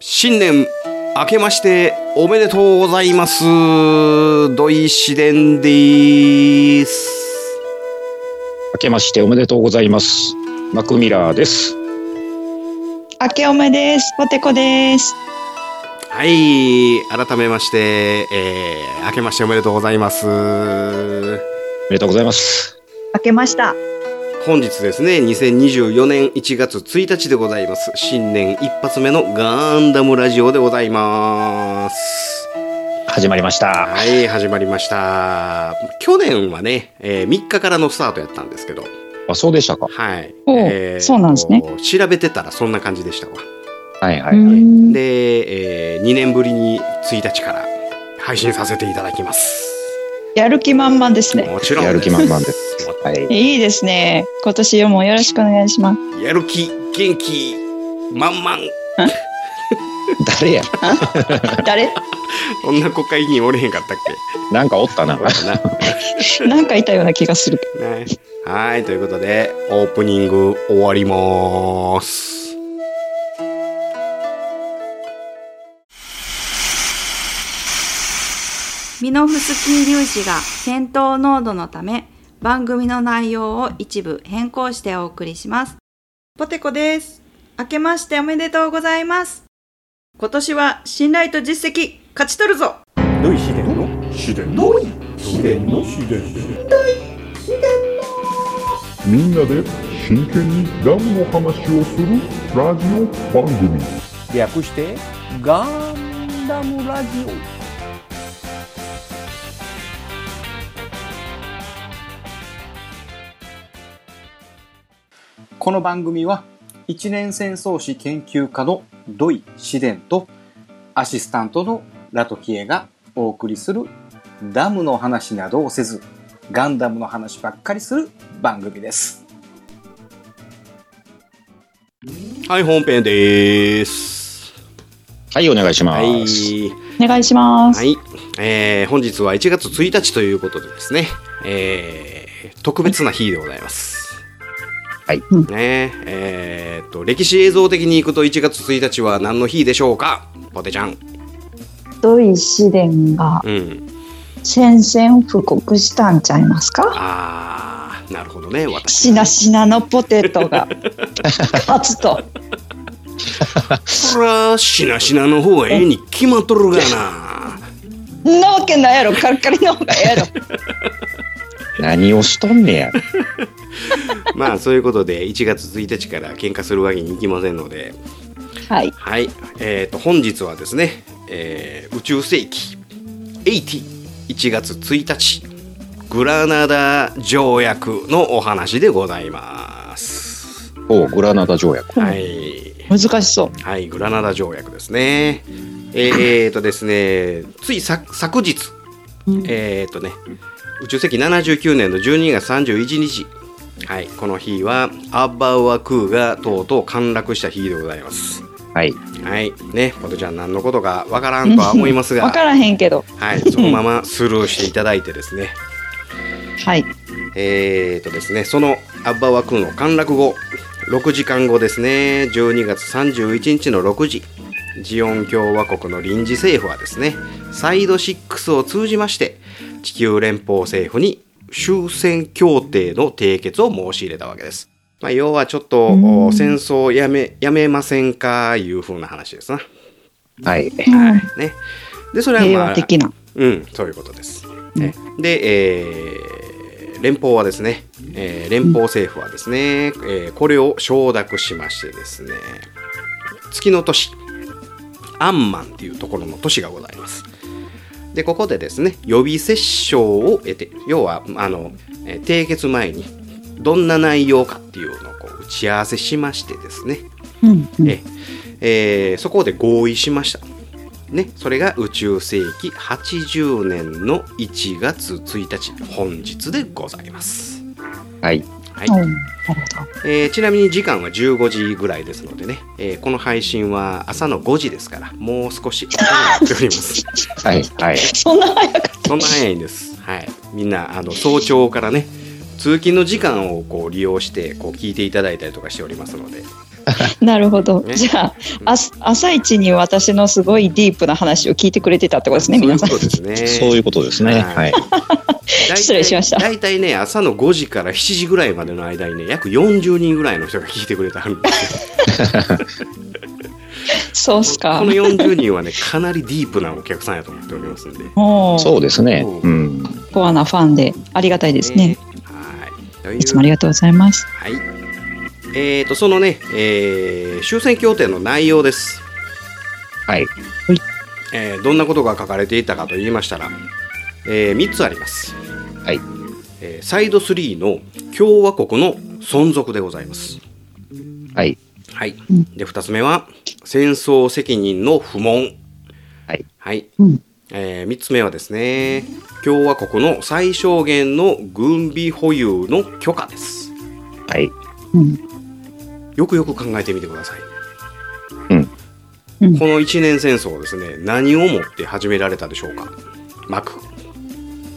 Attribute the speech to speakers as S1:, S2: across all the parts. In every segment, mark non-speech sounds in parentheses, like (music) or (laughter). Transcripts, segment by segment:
S1: 新年明けましておめでとうございます土井紫伝です
S2: 明けましておめでとうございます。マクミラーです。
S3: 明けおめです。ポテコです。
S1: はい改めまして、えー、明けましておめでとうございます
S2: おめでとうございます。
S3: 明けました。
S1: 本日ですね2024年1月1日でございます新年一発目のガンダムラジオでございます
S2: 始まりました。
S1: はい、始まりました。去年はね、え3日からのスタートやったんですけど、
S2: あ、そうでしたか。
S1: はい。
S3: おう
S1: ー
S3: そうなんですね
S1: 調べてたらそんな感じでしたわ。
S2: はいは
S3: う
S2: い。
S3: ん
S1: で、え2年ぶりに1日から配信させていただきます。
S3: やる気満々ですね。
S1: もちろん。
S2: やる気満々です。はい。
S3: いいですね。今年もよろしくお願い
S1: (laughs)
S3: します。
S1: やる気、元気、満々。
S2: 誰や。
S3: 誰？
S1: こんな国会議員おれへんかったっ
S2: なんかおった (laughs) な
S1: け。な
S3: (laughs) なんかいたような気がする。
S1: ね、はい、ということで、オープニング終わりまーす。
S4: ミノフスキー粒子が戦闘濃度のため番組の内容を一部変更してお送りします。ポテコです。明けましておめでとうございます。今年は信頼と実績勝ち取るぞ
S5: どういう秘伝の秘伝の秘伝の秘伝
S6: みんなで真剣にダムの話をするラジオ番組
S5: 略してガンダムラジオこの番組は一年戦争史研究家の土井紫伝とアシスタントのラトキエがお送りするダムの話などをせずガンダムの話ばっかりする番組です。
S1: はい、本編でーす。
S2: はい、お願いしま
S1: は
S2: す。
S1: い。
S3: お願いします。
S1: はい。えー本日は1月1日ということでですね、えー特別な日でございます。
S2: はい
S3: うん
S1: ねえ、えーっと、歴史映像的に行くと1月1日は何の日でしょうかポテちゃん。
S3: ドイ試練が
S1: うん。
S3: 宣戦布告したんちゃいますか？
S1: あー、なるほどね、私。
S3: しなしなのポテ
S1: (laughs)
S3: トが勝つと。
S1: そら、しなしなの方がええに決まっとる
S2: (laughs)
S1: がな。
S3: んなわけないやろ。カリカリの方が
S1: (laughs)
S3: ええやろ。
S2: 何をしとんねや。
S1: まあ、そういうことで1月1日から喧嘩するわけにいきませんので、
S3: はい。
S1: はい、えー、と本日はですね、えー宇宙世紀801月1日グラナダ条約のお話でございます。
S2: おう、グラナダ条約。
S1: はい、
S3: 難しそう。
S1: はい、グラナダ条約ですね。えー、とですね、ついさ昨日、えー、とね、宇宙世紀79年の12月31日、はい、この日はアッバウアクーがとうとう陥落した日でございます。
S2: はい。
S1: はい、ね、ポテちゃん何のことかわからんとは思いますが、
S3: わからへんけど。
S1: はい、そのままスルーしていただいてですね、
S3: はい。
S1: えーとですね、そのアッバワクの陥落後、6時間後ですね、12月31日の6時、ジオン共和国の臨時政府はですね、サイド6を通じまして、地球連邦政府に終戦協定の締結を申し入れたわけです。まあ、要はちょっと、お戦争をやめ、やめませんか、いう風な話ですな。
S2: はい。
S1: ね。で、それは、まあ、
S3: 平和的な。
S1: うん、そういうことです。ねで、えー連邦はですね、えー連邦政府はですね、えーこれを承諾しましてですね、月の都市、アンマンっていうところの都市がございます。で、ここでですね、予備折衝を得て、要は、あの、えー締結前に、どんな内容かっていうのをこう打ち合わせしましてですね、
S3: うんうん
S1: ええーそこで合意しました。ね、それが宇宙世紀80年の1月1日本日でございます、
S2: はい。
S1: はい
S3: うんなるほど。
S1: えーちなみに時間は15時ぐらいですのでね、えーこの配信は朝の5時ですからもう少し遅くなっております
S2: (laughs) はい。はい。
S3: そんな早かった。
S1: そんな早いんです、はい、みんなあの早朝からね通勤の時間をこう利用してこう聞いていただいたりとかしておりますので
S3: なるほど。
S1: ね
S3: じゃあ、あす朝一に私のすごいディープな話を聞いてくれてたってことですね、
S1: そういう
S3: 皆さ
S1: こ
S3: ん。
S1: とですね。
S2: そういうことですね。はい。
S3: 失礼しました
S1: 大体ね、朝の5時から7時ぐらいまでの間にね、約40人ぐらいの人が聞いてくれてはるんです
S3: そうっす
S1: よ。
S3: か
S1: この。40人はね、かなりディープなお客さんやと思っておりますんで。
S3: も
S2: そうですね。
S1: う
S2: うん。
S3: う、コアなファンでありがたいですね。。
S1: はい。という
S3: いつもありがとうございます。
S1: はい。えーと、そのね、えー終戦協定の内容です。
S2: はい。
S1: えーどんなことが書かれていたかと言いましたら、え3つあります。
S2: はい。
S1: えーサイド3の共和国の存続でございます。
S2: はい。
S1: はい。
S3: うん
S1: で、2つ目は、戦争責任の不問。
S2: はい。
S1: はい。
S3: うん
S1: え3つ目はですね、共和国の最小限の軍備保有の許可です。
S2: はい。
S3: うん。
S1: よくよく考えてみてください。
S2: うん
S3: うん
S1: この一年戦争をですね、何をもって始められたでしょうか。幕。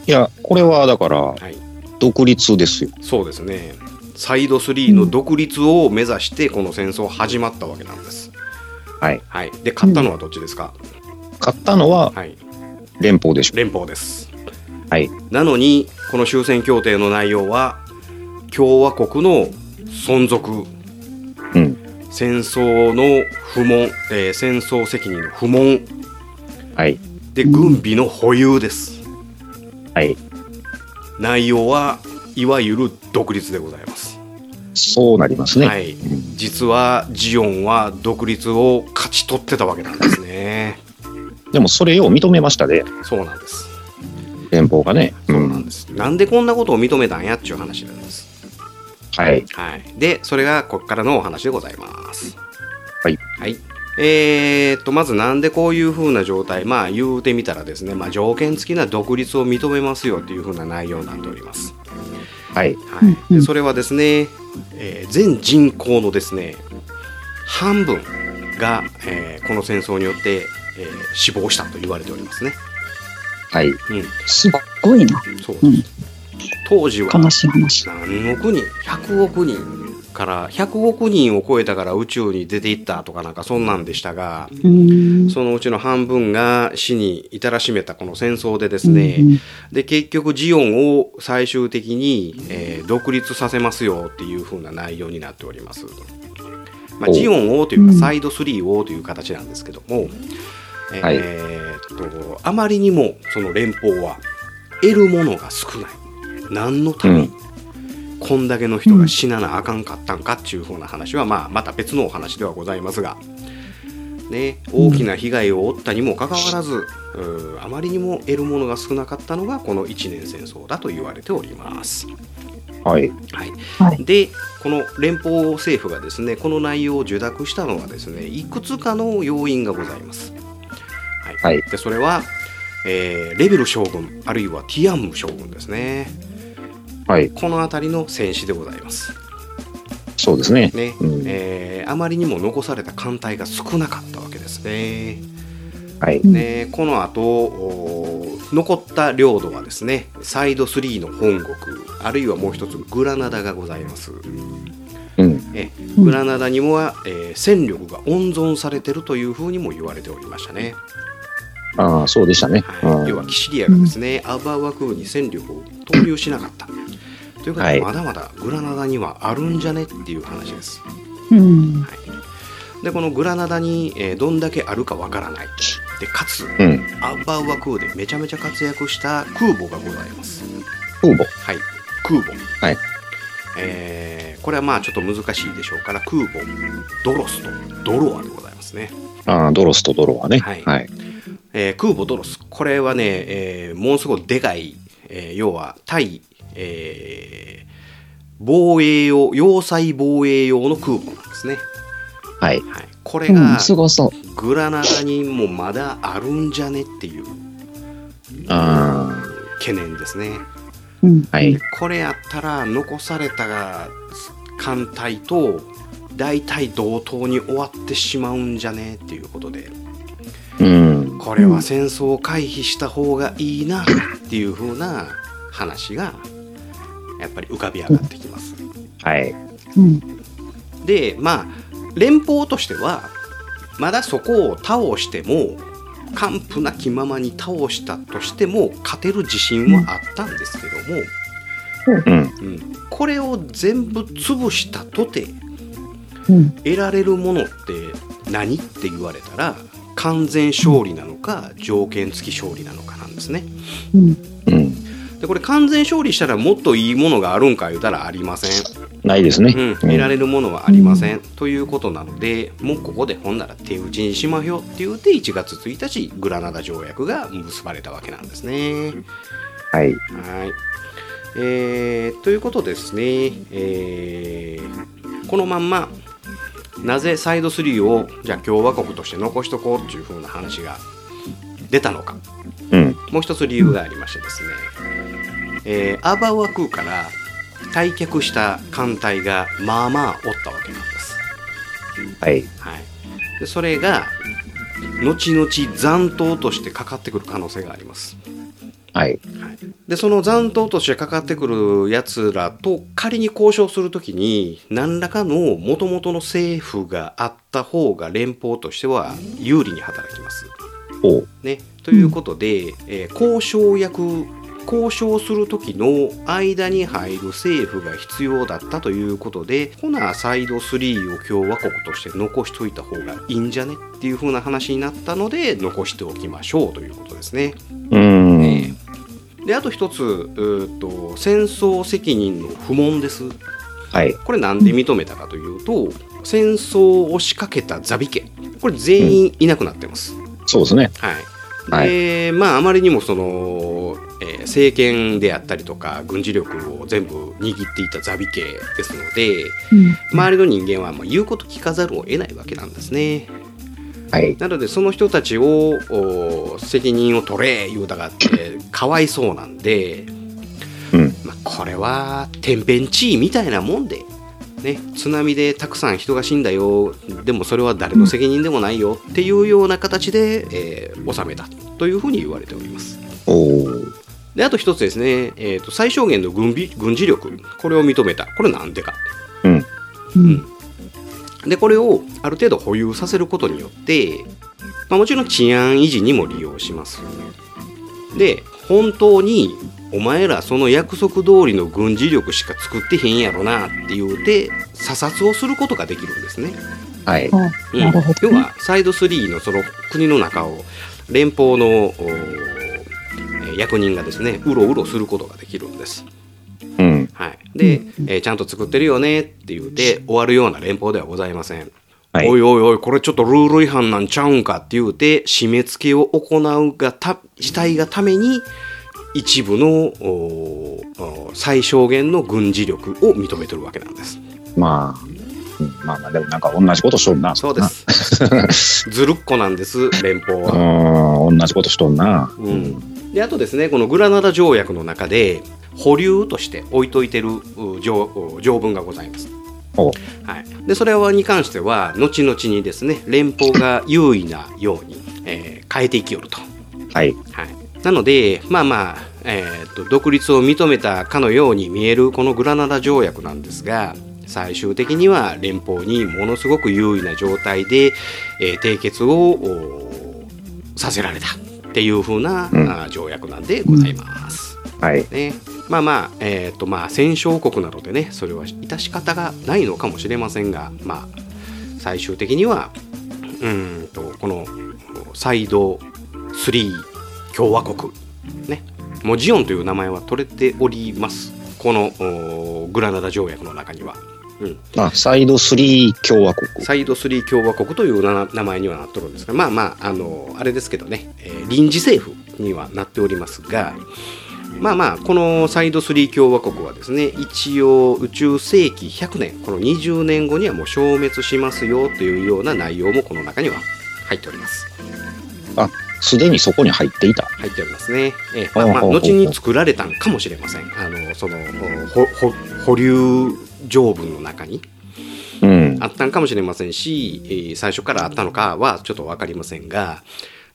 S2: いや、これはだから、
S1: はい。
S2: 独立ですよ。
S1: そうですね。サイド3の独立を目指して、この戦争始まったわけなんです。
S2: はい。
S1: はい。で、勝ったのはどっちですか、
S2: 買ったのは
S1: はい。
S2: 連邦でしょ。
S1: 連邦です。
S2: はい。
S1: なのに、この終戦協定の内容は、共和国の存続、
S2: うん。
S1: 戦争の不問、えー戦争責任の不問、
S2: はい。
S1: で、軍備の保有です。
S2: はい。
S1: 内容はいわゆる独立でございます、
S2: そうなりますね。
S1: は
S2: はい。
S1: い、実はジオンは独立を勝ち取ってたわけなんですね
S2: でも、それを認めましたね。
S1: そうなんです
S2: 連邦がね。う
S1: そうなん
S2: ん。
S1: です、なんでこんなことを認めたんやっちゅう話なんです
S2: はい。
S1: はいでそれがこっからのお話でございます
S2: はい、
S1: はいえー、っとまずなんでこういう風な状態まあ言うてみたらですね、まあ、条件付きな独立を認めますよっていう風な内容になっております
S2: はい。
S1: はい、
S3: うんう
S1: で
S3: ん
S1: それはですね、えー全人口のですね半分が、えーこの戦争によって、えー死亡したと言われておりますね。
S2: はい。
S1: う
S3: すごいな。
S1: ん、そうです、
S3: うん
S1: 当時は
S3: 悲しい話。
S1: 何億人100億人から100億人を超えたから宇宙に出ていったとかなんかそんなんでしたが
S3: うーん。
S1: そのうちの半分が死に至らしめたこの戦争でですね、
S3: うん
S1: で結局ジオンを最終的に、えー独立させますよっていう風な内容になっております、まあ、
S2: お
S1: ジオンをというか
S3: うん
S1: サイド3をという形なんですけども、えー
S2: はい
S1: えーっとあまりにもその連邦は得るものが少ない何のために、
S2: うん
S1: こんだけの人が死ななあかんかったんかっていう風な話は、まあ、また別のお話ではございますが、ね、大きな被害を負ったにもかかわらず、うんあまりにも得るものが少なかったのがこの一年戦争だと言われております。
S2: はい。
S1: はい
S3: はい
S1: でこの連邦政府がですねこの内容を受諾したのはですねいくつかの要因がございます。はい
S2: はい
S1: でそれは、えーレベル将軍あるいはティアンム将軍ですね
S2: はい。
S1: この辺りの戦死でございます。
S2: そうですね。
S1: ね
S2: うん
S1: えーあまりにも残された艦隊が少なかったわけですね。
S2: はい。
S1: ね、この後おー残った領土はですねサイド3の本国あるいはもう一つグラナダがございます
S2: うん。
S1: え
S3: うん
S1: グラナダにもは、えー戦力が温存されてるというふうにも言われておりましたね、
S2: ああ、そうでしたね。
S1: は
S2: う
S1: い、
S2: ん
S1: 要はキシリアがですね、アバウア空に戦力を投入しなかったということは、
S2: はい
S1: まだまだグラナダにはあるんじゃねっていう話です、は
S3: うん。
S1: い、でこのグラナダに、えーどんだけあるかわからないでかつ
S2: うん。
S1: アバウア空でめちゃめちゃ活躍した空母がございます
S2: 空母。
S1: はい、空母。
S2: はい。
S1: えーこれはまあちょっと難しいでしょうから、空母、ドロスとドロアでございますね。
S2: ああ、ドロスとドロはね。
S1: は
S2: はいい。
S1: えー空母ドロス、これはね、えーものすごいでかい、えー要は対、えー防衛用、要塞防衛用の空母なんですね。
S2: はい。
S1: はい、これ
S3: う
S1: が
S3: ん、すごそう。
S1: グラナダにもまだあるんじゃねっていう
S2: あ
S1: 懸念ですね。
S3: うん。
S2: あ、はい。
S1: これやったら残された艦隊と大体同等に終わってしまうんじゃねっていうことで
S2: うん。
S1: これは戦争を回避した方がいいなっていう風な話がやっぱり浮かび上がってきます。
S2: はい。
S3: うん。
S1: でまあ連邦としてはまだそこを倒しても完膚なきままに倒したとしても勝てる自信はあったんですけども、
S2: うん。
S1: うん、これを全部潰したとて
S3: うん
S1: 得られるものって何って言われたら完全勝利なのか条件付き勝利なのかなんですね。
S3: うん
S2: うん。
S1: でこれ完全勝利したらもっといいものがあるんか言うたらありません。
S2: ないですね。
S1: うん、得られるものはありません、ということなのでもうここでほんなら手打ちにしまひょって言うて1月1日グラナダ条約が結ばれたわけなんですね。
S2: は
S1: は
S2: い。
S1: いえーということですね、えーこのまんまなぜサイド3をじゃあ共和国として残しとこうっていう風な話が出たのか
S2: うん。
S1: もう一つ理由がありましてですね、えーアーバウア空から退却した艦隊がまあまあおったわけなんです。
S2: はい。
S1: はい、でそれが後々残党としてかかってくる可能性があります。
S2: はい。
S1: でその残党としてかかってくるやつらと仮に交渉するときに何らかの元々の政府があった方が連邦としては有利に働きます。
S2: おう。
S1: ね、ということで、えー交渉役交渉する時の間に入る政府が必要だったということでほなサイド3を共和国として残しといた方がいいんじゃねっていう風な話になったので残しておきましょうということですね。
S2: うん。
S1: であと一つうーっと戦争責任の不問です。
S2: はい。
S1: これなんで認めたかというと戦争を仕掛けたザビ家これ全員いなくなってます。
S2: そうですね。
S1: は。
S2: はいい
S1: で、まあ、あまりにもその、えー政権であったりとか、軍事力を全部握っていたザビ家ですので、
S3: うん
S1: 周りの人間はもう言うこと聞かざるを得ないわけなんですね。
S2: はい。
S1: なので、その人たちを、お責任を取れ、言うたが
S2: (laughs)
S1: って、かわいそうなんで、
S2: うん。
S1: まあ、これは天変地異みたいなもんで、ね、津波でたくさん人が死んだよでもそれは誰の責任でもないよっていうような形で、えー収めたというふうに言われております。
S2: おう。
S1: であと一つですね、えーと最小限の軍備軍事力これを認めたこれなんでか
S2: うん。
S3: うん
S1: でこれをある程度保有させることによって、まあ、もちろん治安維持にも利用しますで本当にお前らその約束通りの軍事力しか作ってへんやろなって言うて査察をすることができるんですね、
S2: はい。
S3: あ
S1: うん
S3: なるほど
S1: 要はサイド3のその国の中を連邦のおえー役人がですねうろうろすることができるんです
S2: うん。
S1: はい、で、えーちゃんと作ってるよねって言うて終わるような連邦ではございません。
S2: はい
S1: おいおいおい、これちょっとルール違反なんちゃうんかって言うて、締め付けを行うがた、したいがために、一部のおーおー最小限の軍事力を認めてるわけなんです。
S2: まあ。うんまあまあ、でもなんか同じことしとんな。
S1: そうで。す。
S2: (laughs)
S1: ずるっこなんです、連邦は。
S2: うん。同じことしとんな。
S1: う。ん、であとですねこのグラナダ条約の中で保留として置いといてるう条う条文がございます。
S2: お
S1: はい、でそれはに関しては後々にですね連邦が優位なように、えー変えていきよると。
S2: はい。
S1: はい、なのでまあまあ、えーと独立を認めたかのように見えるこのグラナダ条約なんですが最終的には連邦にものすごく優位な状態で、えー締結をおーさせられたっていう風な、
S2: うん
S1: あー条約なんでございます。
S2: はい。
S1: ね、まあまあ、えーとまあ、戦勝国なのでねそれは致し方がないのかもしれませんが、まあ、最終的にはうーんとこのサイド3共和国、ね、もうジオンという名前は取れておりますこのおーグラナダ条約の中には、うん、
S2: あ、サイド3共和国。
S1: サイド3共和国というな名前にはなっとるんですがまあまああのあれですけどね、えー臨時政府にはなっておりますがまあまあこのサイド3共和国はですね一応宇宙世紀100年この20年後にはもう消滅しますよというような内容もこの中には入っております
S2: すでにそこに入っていた。
S1: 入っておりますね、えーまあまあ
S2: ほうほうほう
S1: 後に作られたんかもしれませんあのそのほほ保留条文の中に
S2: うん。
S1: あったんかもしれませんし、えー最初からあったのかはちょっと分かりませんが、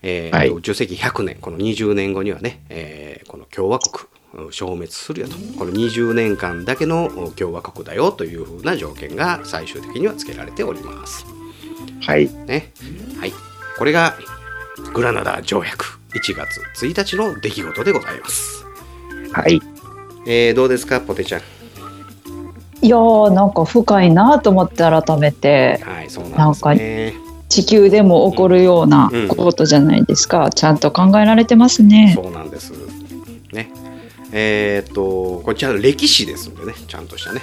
S1: えー
S2: はい
S1: 宇宙世紀100年、この20年後にはね、えーこの共和国、うん消滅するよとこの20年間だけのうん共和国だよというふうな条件が最終的には付けられております。
S2: はい。
S1: ねはい、これがグラナダ条約1月1日の出来事でございます。
S2: はい。
S1: えーどうですかポテちゃん。
S3: いやーなんか深いなと思って改めて
S1: はい、そうなんですね。
S3: 地球でも起こるような
S1: うん
S3: ことじゃないですか、ちゃんと考えられてますね
S1: そうなんです。ね。えーっと、これちゃんと歴史ですんでね、ちゃんとしたね。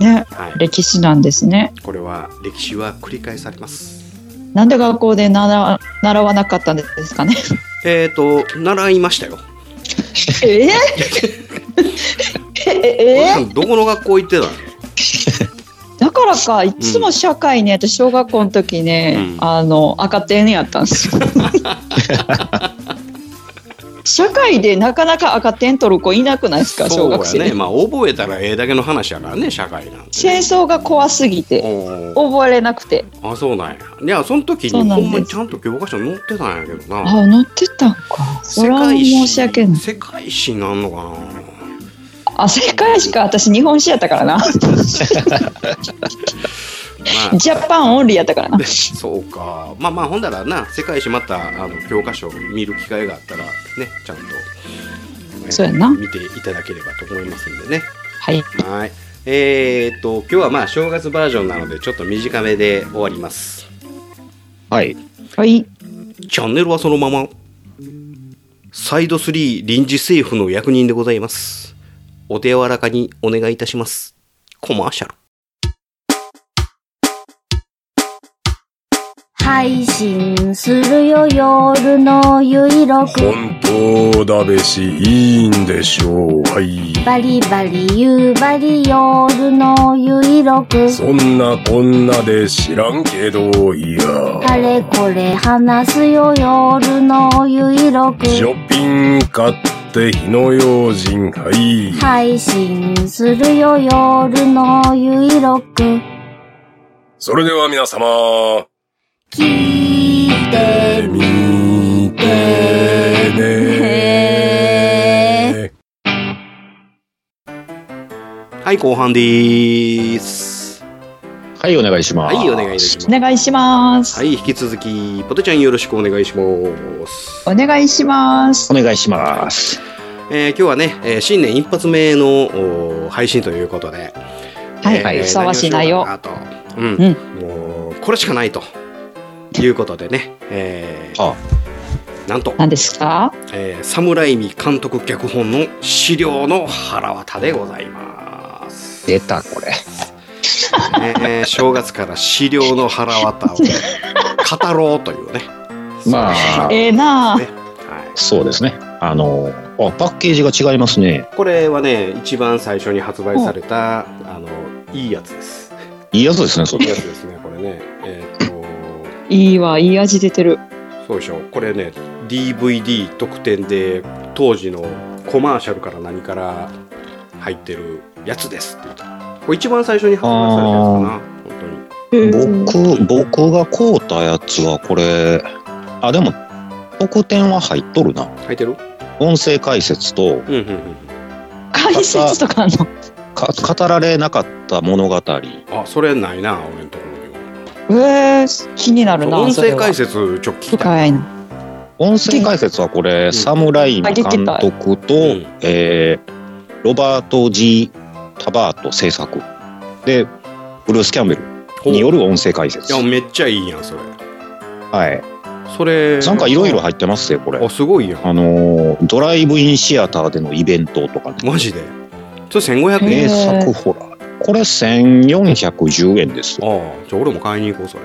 S3: ね
S1: はい。
S3: 歴史なんですね
S1: これは、歴史は繰り返されます。
S3: なんで学校で習習わなかったんで
S1: (laughs)
S3: すかね
S1: えーっと、習いましたよ。 (laughs)
S3: えー、ええ
S1: どこの学校行ってたの
S3: だからかいつも社会ね、私小学校の時ね、
S1: うん
S3: あの赤点やったんです
S1: (laughs)
S3: よ社会でなかなか赤点取る子いなくないですか小学
S1: そ
S3: 生
S1: う
S3: で、
S1: やね。まあ、覚えたらええだけの話やからね、社会なんて、
S3: 戦
S1: ね。
S3: 争が怖すぎて
S1: おー
S3: 覚えれなくて
S1: あ、そうなんや。いや、その時に、
S3: そ
S1: ほ
S3: うなんです
S1: んまにちゃんと教科書に載ってたんやけどな。
S3: あ乗ってたんかそれは申し訳ない
S1: 世界史なんのかな
S3: あ世界史か私日本史やったからな
S1: まあ
S3: ジャパンオンリーやったからな
S1: (laughs) そうかまあまあほんだらな世界史またあの教科書を見る機会があったらねちゃんと、ね
S3: そうやな
S1: 見ていただければと思いますんでね
S3: はい
S1: はいえー、っと今日はまあ正月バージョンなのでちょっと短めで終わります
S2: はい。
S3: はい
S1: チャンネルはそのままサイド3臨時政府の役人でございますお手柔らかにお願いいたしますコマーシャル
S7: 配信するよ夜のゆいろく
S8: 本当だべし、いいんでしょう。はい。
S7: バリバリ夕張夜のゆいろく
S8: そんなこんなで知らんけど、いや。
S7: あれこれ話すよ夜のゆいろく
S8: ショッピング買って火の用心、はい。
S7: 配信するよ夜のゆいろく
S8: それでは皆様、
S7: 聞いてみ
S8: 見てね。
S1: はい後半でーす
S2: はい、お願いしま
S1: は
S2: す。
S1: いお願いいたします
S3: お願いします、
S1: はい、引き続き、ポテちゃんよろしくお願いします。
S3: お願いします
S2: お願いします。
S1: えー今日はね、えー新年一発目のおー配信ということで、
S3: はい、
S1: えー
S3: ふさわしい内容
S1: 何をしようかなと、うんもうこれしかないということでね、えー
S2: あ
S1: なんと、
S3: 何ですか
S1: えー、サムライミ監督脚本の資料の腹渡でございます。
S2: 出た、これ。
S1: えー正月から資料の腹渡を語ろうというね。
S2: まあ、
S3: ええなあ
S1: ねはい
S2: そうですね。あの、あ、パッケージが違いますね。
S1: これはね一番最初に発売されたあのいいやつです
S2: いいやつですね、そ
S1: いい
S2: れ
S1: や。つですねこれねえーっ
S3: いいわいい味出てる
S1: とそうでしょこれね DVD 特典で当時のコマーシャルから何から入ってるやつですって言ったこれ一番最初に発売されたやつかな本当に
S2: 僕、僕が買うたやつは、これ、あ、でも、特典は入っとるな。
S1: 入ってる
S2: 音声解説と、
S1: うんうんうん
S3: 解説とかあんの
S2: か語られなかった物語。
S1: あそれないな俺のところには
S3: えー、気になるな
S1: 音
S3: それ
S1: 声
S3: は
S1: 解説ちょっと聞きた
S3: 深
S1: い
S3: いな
S2: 音声解説はこれ、
S1: ん
S2: サムライミ監督と、
S1: うん
S2: えーロバート・ G ・タバート制作でブルース・キャンベルによる音声解
S1: い
S2: 説
S1: やめっちゃいいやんそれ
S2: はい
S1: それ
S2: なんかいろいろ入ってますよこれ
S1: あすごいやん
S2: あのードライブインシアターでのイベントとかね
S1: マジでそれ1500円
S2: 名
S3: へ
S2: 作
S3: ー
S2: ホラーこれ1410円ですよ
S1: ああ、じゃあ俺も買いに行こう、それ。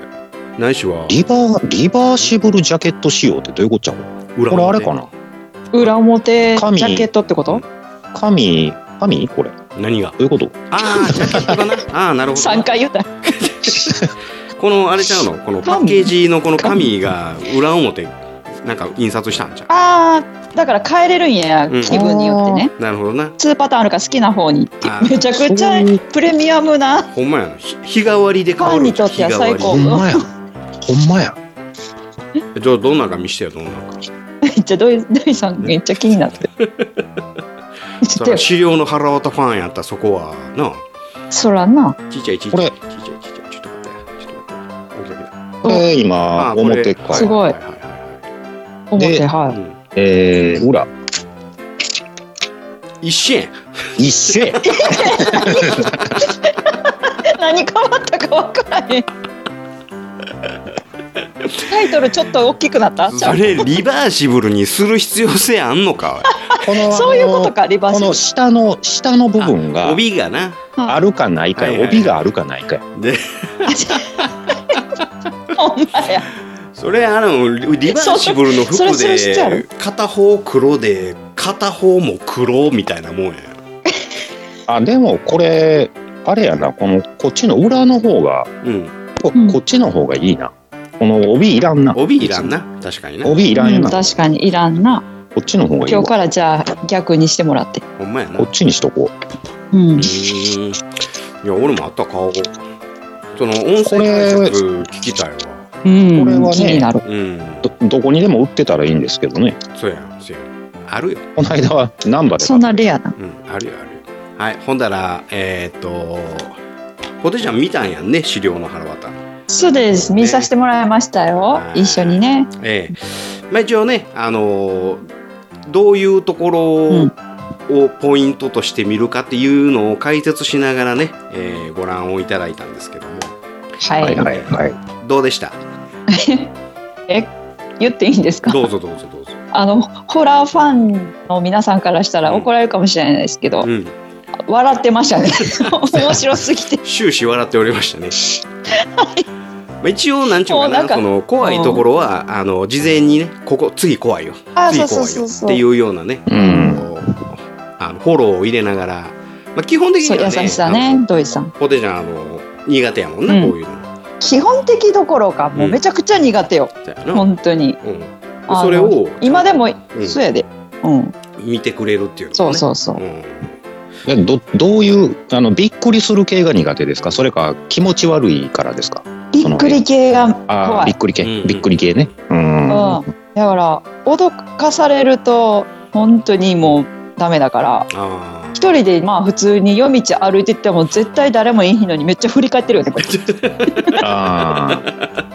S1: ないしは、
S2: リバーリバーシブルジャケット仕様ってどういうことちゃう
S1: 裏
S2: これあ
S1: 表
S2: れかな
S3: 裏表ジ
S2: 神
S3: ャケットってこと
S2: 神神これど
S1: 何が
S2: ういうこと
S1: ああ、ジャケットかなああ、なるほど。
S3: 3回言った
S1: この、あれちゃうのこのパッケージのこの紙が裏表、なんか印刷したんちゃ
S3: あーだから変えれるんや、
S1: うん
S3: 気分によってね
S1: うなるほどな。
S3: 2パターンあるから好きな方にって
S1: あ
S3: めちゃくち
S2: そう
S3: ゃ
S2: いう
S3: プレミアムな (laughs)
S1: ほんまやな。ひ日替わりで変わる
S3: ファンにとっては最高
S2: ほんまやほんま
S1: 日替
S2: や
S1: わりじゃあ、どんなんか見してよ、どんなんか。 (laughs)
S3: めっちゃ土井土井さんめっちゃ気になってちょ
S1: そ
S3: っと
S1: ら資料の腹渡ファンやったらそこはな
S3: そらな
S1: ちっちゃいちっちゃ
S2: こ
S1: い
S2: れ
S1: ちっちゃいちっちゃいちょっと待ってちょっと待って大きな
S2: これ今、表か
S3: す
S2: ら、
S3: ごい
S1: はは
S3: 表
S2: で
S1: いは
S3: はいい
S1: うん
S2: えー、裏、
S1: 一線 (laughs)
S2: 一斉
S3: 何変わったか分からへんタイトルちょっと大きくなった
S1: それリバーシブルにする必要性あんのか
S2: この
S3: そういうことかリバー
S2: こ
S3: シブ
S2: の
S3: ル
S2: 下の、下の部分
S1: おい
S2: が、
S1: 帯がな
S2: あるかないか
S1: はい
S2: や、
S1: はい
S2: 帯があるかないかや。
S1: で
S3: (laughs) ほんまや
S1: それあのリバーシブルの服
S3: それそれそれしてあ
S1: で
S3: る
S1: 片方黒で片方も黒みたいなもんや
S2: あ、でもこれ、あれやな、この、こっちの裏の方が、
S1: うん
S2: こ
S3: うん
S2: こっちの方がいいな。この帯いらんな。
S1: 帯いらんな確かにな
S2: 帯いらんよ
S3: うん
S2: な。こ
S3: 確かにいらんな
S2: っちの方がいい
S3: 今
S2: わ。
S3: 日からじゃあ逆にしてもらって
S1: ほんまやな
S2: こっちにしとこ
S3: うん
S1: うーんいや俺もあった顔その音声解説聞きたいわ
S3: うん
S2: これはね
S3: 気になる
S1: うん
S2: う。ど、どこにでも売ってたらいいんですけどね。
S1: そうやそうやあるよ
S2: この間は、ナンバで買
S3: そ
S2: っ
S3: んなレア
S1: う
S3: な
S1: んあるよあるよはいほんだらえーっとポテちゃん見たんやんね資料の腹渡
S3: そうです見させてもらいましたよ
S1: ね
S3: 一緒にね
S1: ええまあ一応ねあのーどういうところををポイントとして見るかっていうのを解説しながらね、えーご覧をいただいたんですけども
S3: はい、
S2: はいはいはい。
S1: どうでした
S3: 言っていいんですか
S1: どうぞどうぞどうぞ、
S3: あのホラーファンの皆さんからしたら怒られるかもしれないですけど、
S1: うん、
S3: 笑ってま (laughs) したね面白すぎて
S1: 終始笑っておりましたね。まあ一応なんちゅうか
S3: もうな
S1: なん
S3: か
S1: その怖いところは、あの事前にねここ次怖いよ
S3: (laughs) あ
S1: 次
S3: そ
S1: 怖
S3: うそう
S1: いよ
S3: そうそ
S1: っ
S3: う
S1: ていうようなね、
S2: うん。
S1: こうあのフォローを入れながら、まあ、基本的に
S3: そう
S1: は
S3: 優
S1: ね
S3: しさね土井さん
S1: あのポテちゃんあの苦手やもんな、
S3: うん
S1: こういうの。
S3: 基本的どころかもうめちゃくちゃ苦手よ、
S1: だよな
S3: 本当に
S1: うんで
S3: あの
S1: それを
S3: 今でも、
S1: ん
S3: そうやでうん
S1: 見てくれるっていうの
S3: そう
S1: う
S3: そうそう、
S1: ん
S2: えどどういうあのびっくりする系が苦手ですかそれか気持ち悪いからですか
S3: びっくり系が
S2: ああ
S3: 怖
S2: びっ
S3: い、
S2: くり系、
S1: うん
S2: びっくり系ねう
S3: うん、
S2: ん
S3: だから脅かされると本当にもうダメだから
S1: あ
S3: 一人でまあ普通に夜道歩いてっても絶対誰もいいのにめっちゃ振り返ってるよね (laughs) これ
S2: あー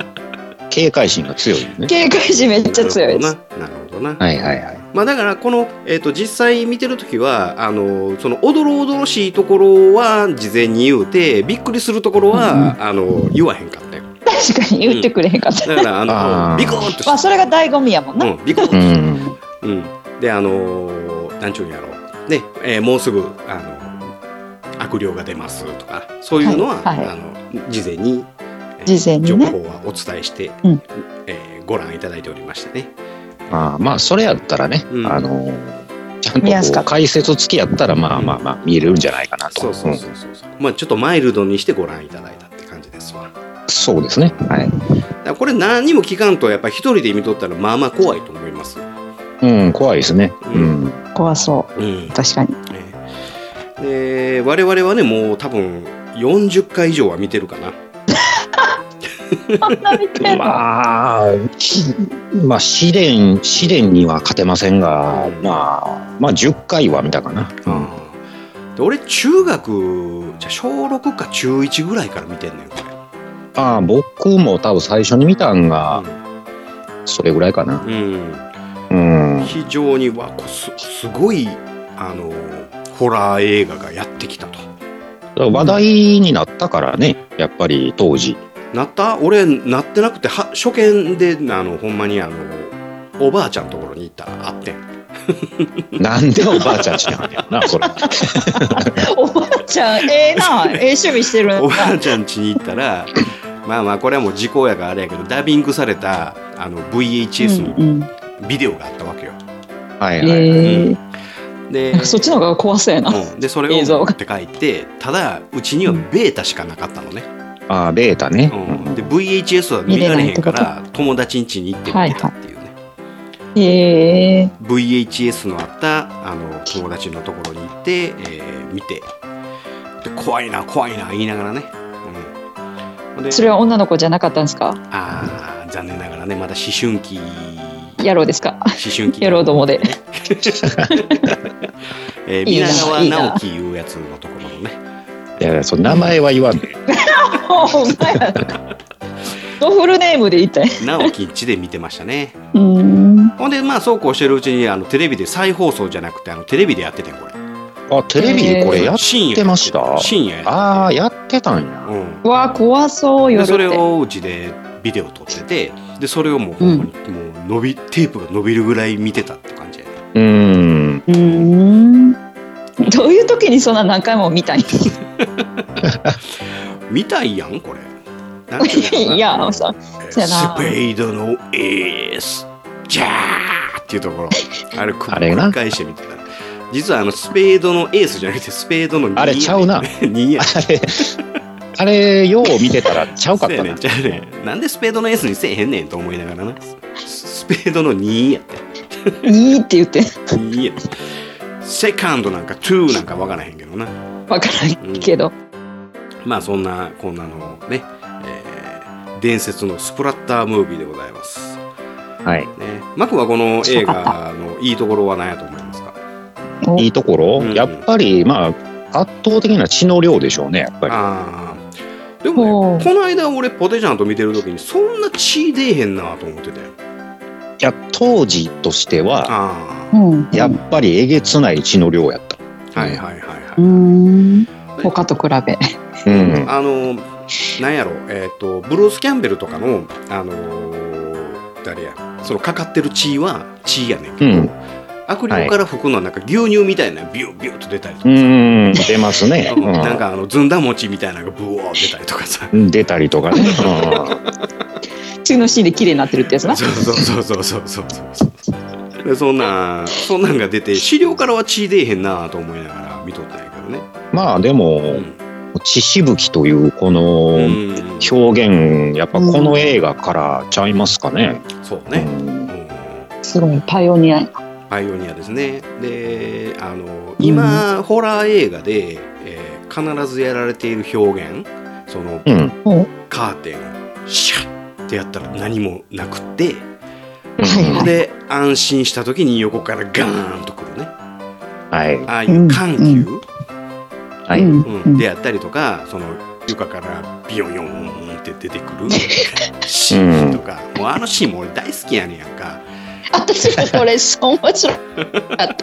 S2: 警戒心が強いよね
S3: 警戒心めっ
S1: ー
S3: ちゃ強いです
S1: なるほどななるほどな、
S2: はいはいはい
S1: まあ、だからこの、えー、と実際見てる時はあのそのおどろおどろしいところは事前に言うてびっくりするところは、あの言わへんかったよ
S3: 確かに言ってくれへんかった、
S1: だからあの
S2: あー
S1: ビコーンと
S3: まあ
S1: し
S3: それが醍醐味やもん
S1: て、
S3: な、
S1: うん、ビコーンと
S2: う
S1: して、
S2: ん
S1: うんであのーなんちゅうんやろうね、えーもうすぐあの悪霊が出ますとかそういうのは、
S3: はいはい
S1: あの事前に、えー
S3: 事前にね
S1: 情報はお伝えして、
S3: うん
S1: えーご覧いただいておりましてね
S2: あーまあそれやったらね、
S1: うん
S2: あのーちゃんと
S3: 見やす
S2: こ
S3: かっ
S2: う
S3: た
S2: 解説付きやったらまあまあまあ見れるんじゃないかなと
S1: そうそうそうそうそう、まあちょっとマイルドにしてご覧いただいたって感じですわだか
S2: うんそうですねはい、
S1: らこれ何にも聞かんとやっぱ一人で見とったらまあまあ怖いと思います
S2: うん、怖いですねうん、
S3: 怖そう
S1: うん
S3: 確かに
S1: えーで我々はねもう多分40回以上は見てるかな
S3: そんな見てんの、
S2: まあ、まあ、試練、試練には勝てませんが、まあ、まあ、10回は見たかな。
S1: で俺中学じゃあ小6か中1ぐらいから見てんねんこれ
S2: ああ、僕も多分最初に見たんが、それぐらいかな。
S1: うん、
S2: うん。
S1: 非常にわこすすごいあのホラー映画がやってきたと
S2: 話題になったからね、やっぱり当時。
S1: なった俺なってなくては初見であのほんまにあのおばあちゃんのところに行ったらあって
S3: (laughs)
S1: ん
S2: なんでおばあちゃんちなんだよ
S1: (laughs)
S2: な、それ。
S3: おばあちゃんええなええ趣味してる
S1: お
S3: な
S1: ばあちゃん家に行ったらまあまあこれはもう時効やからあれやけどダビングされたあの VHS の
S3: うんうん
S1: ビデオがあったわけよ、
S2: はいはい。
S3: ええ
S1: で
S3: (laughs) そっちの方が怖そうやな、
S1: うんでそれを
S3: 映像
S1: 持
S3: が
S1: って帰ってただうちにはベータしかなかったのね、
S2: ああ、ベータね。
S1: うん、で VHS は見られへんから友達ん家に行って見てたっていうね、
S3: ええ
S1: VHS のあったあの友達のところに行って、えー見てで怖いな怖いな言いながらね、うんほんで、
S3: それは女の子じゃなかったんですか
S1: あー残念ながらねまだ思春期思 (laughs)
S3: 野郎ですか
S1: 春期
S3: 野郎どもで
S1: (laughs) えー、
S3: いいな
S1: 皆川
S3: いいな
S1: 直樹いうやつのところのね。
S2: いやいや、その名前は言わんで。
S3: お前らドフルネームで言ったんや
S1: 直樹んちで見てましたね。
S3: うーん
S1: ほんで、まあ、そうこうしてるうちに、あの、テレビで再放送じゃなくて、あの、テレビでやっててん、これ。
S2: あ、テレビでこれやっ
S1: 深夜
S2: てました
S1: 深夜や。
S2: ああ、やってたんや。
S1: うん。
S3: うわ怖そう夜
S1: で、
S3: って
S1: それをうちでビデオ撮ってて、で、それをもう、ほんまに、もう、伸び、テープが伸びるぐらい見てたって感じやね。
S2: うーん。
S3: うーんどういう時にそんな何回も見たんや
S1: 見たいやん、
S3: (laughs)
S1: これ。なんてうのか (laughs) ない
S3: やそうそうやな
S1: スペイドのエースジャーっていうところ
S3: (laughs)
S1: あれ
S2: あれな
S1: 繰り返してみてたら実はあのスペードのエースじゃなくてスペードの2
S2: あれちゃうな
S1: 2や
S2: あれ、あれ、よう見てたらちゃうかっ
S1: そうや
S2: た
S1: ねん
S2: な。
S1: ちゃうねんなんでスペードのエースにせえへんねんと思いながらなススペードの2やって
S3: いいって言って
S1: 2やってセカンドなんか2なんかわからへんけどな
S3: わからんけど、
S1: まあそんなこんなのね、えー伝説のスプラッタームービーでございます、ね、
S2: はい。
S1: マクはこの映画のいいところは何やと思いますか
S2: いいところ、
S1: うん
S2: やっぱり、まあ、圧倒的な血の量でしょうね、やっぱり。
S1: ああでもね
S3: ほう
S1: この間俺ポテちゃんと見てる時にそんな血出えへんなと思ってたよ
S2: いや、当時としては、
S1: あ
S3: うん
S2: やっぱりえげつない血の量やった。
S1: あはいはいはいは
S3: うー
S1: い、
S3: ん他と比べ
S2: うん。
S1: あのなんやろえっ、とブルース・キャンベルとかのあのー誰やそのかかってる血は血やねんけど、
S2: うん
S1: 悪霊から服のなんか牛乳みたいなのビュービューと出たりとか
S2: う
S1: さ、
S2: ん、出ますね。
S1: (laughs) うんなんかあのずんだ餅みたいなのがブワー出たりとかさ
S2: うん出たりとかね。
S3: 次のシーンで綺麗になってるってやつな
S1: そうそうそうそうそうそうそうそうでそんなんそんなんが出て資料からは血出えへんなと思いながら見とったんやけどね
S2: まあで
S1: う
S2: も、
S1: ん
S2: 血しぶきというこの
S1: うん
S2: 表現、やっぱこの映画からちゃいますかね。
S1: そう
S2: う
S1: ね、
S2: ん
S1: うん
S3: すごいパイオニア
S1: パイオニアですねであの今、ホラー映画で、えー必ずやられている表現その
S2: うん。
S1: カーテンをシャッってやったら何もなくって
S3: はいはい
S1: で安心した時に横からガーンとくるね
S2: はい。
S1: ああいう緩急、
S3: うん
S2: は
S3: う
S2: い。
S3: ん
S1: うん
S3: うん
S1: であったりとかその床からビヨンヨンって出てくるシーンとか、もうあのシーンも俺大好きやねんやんか
S3: 私もこれそう面白かった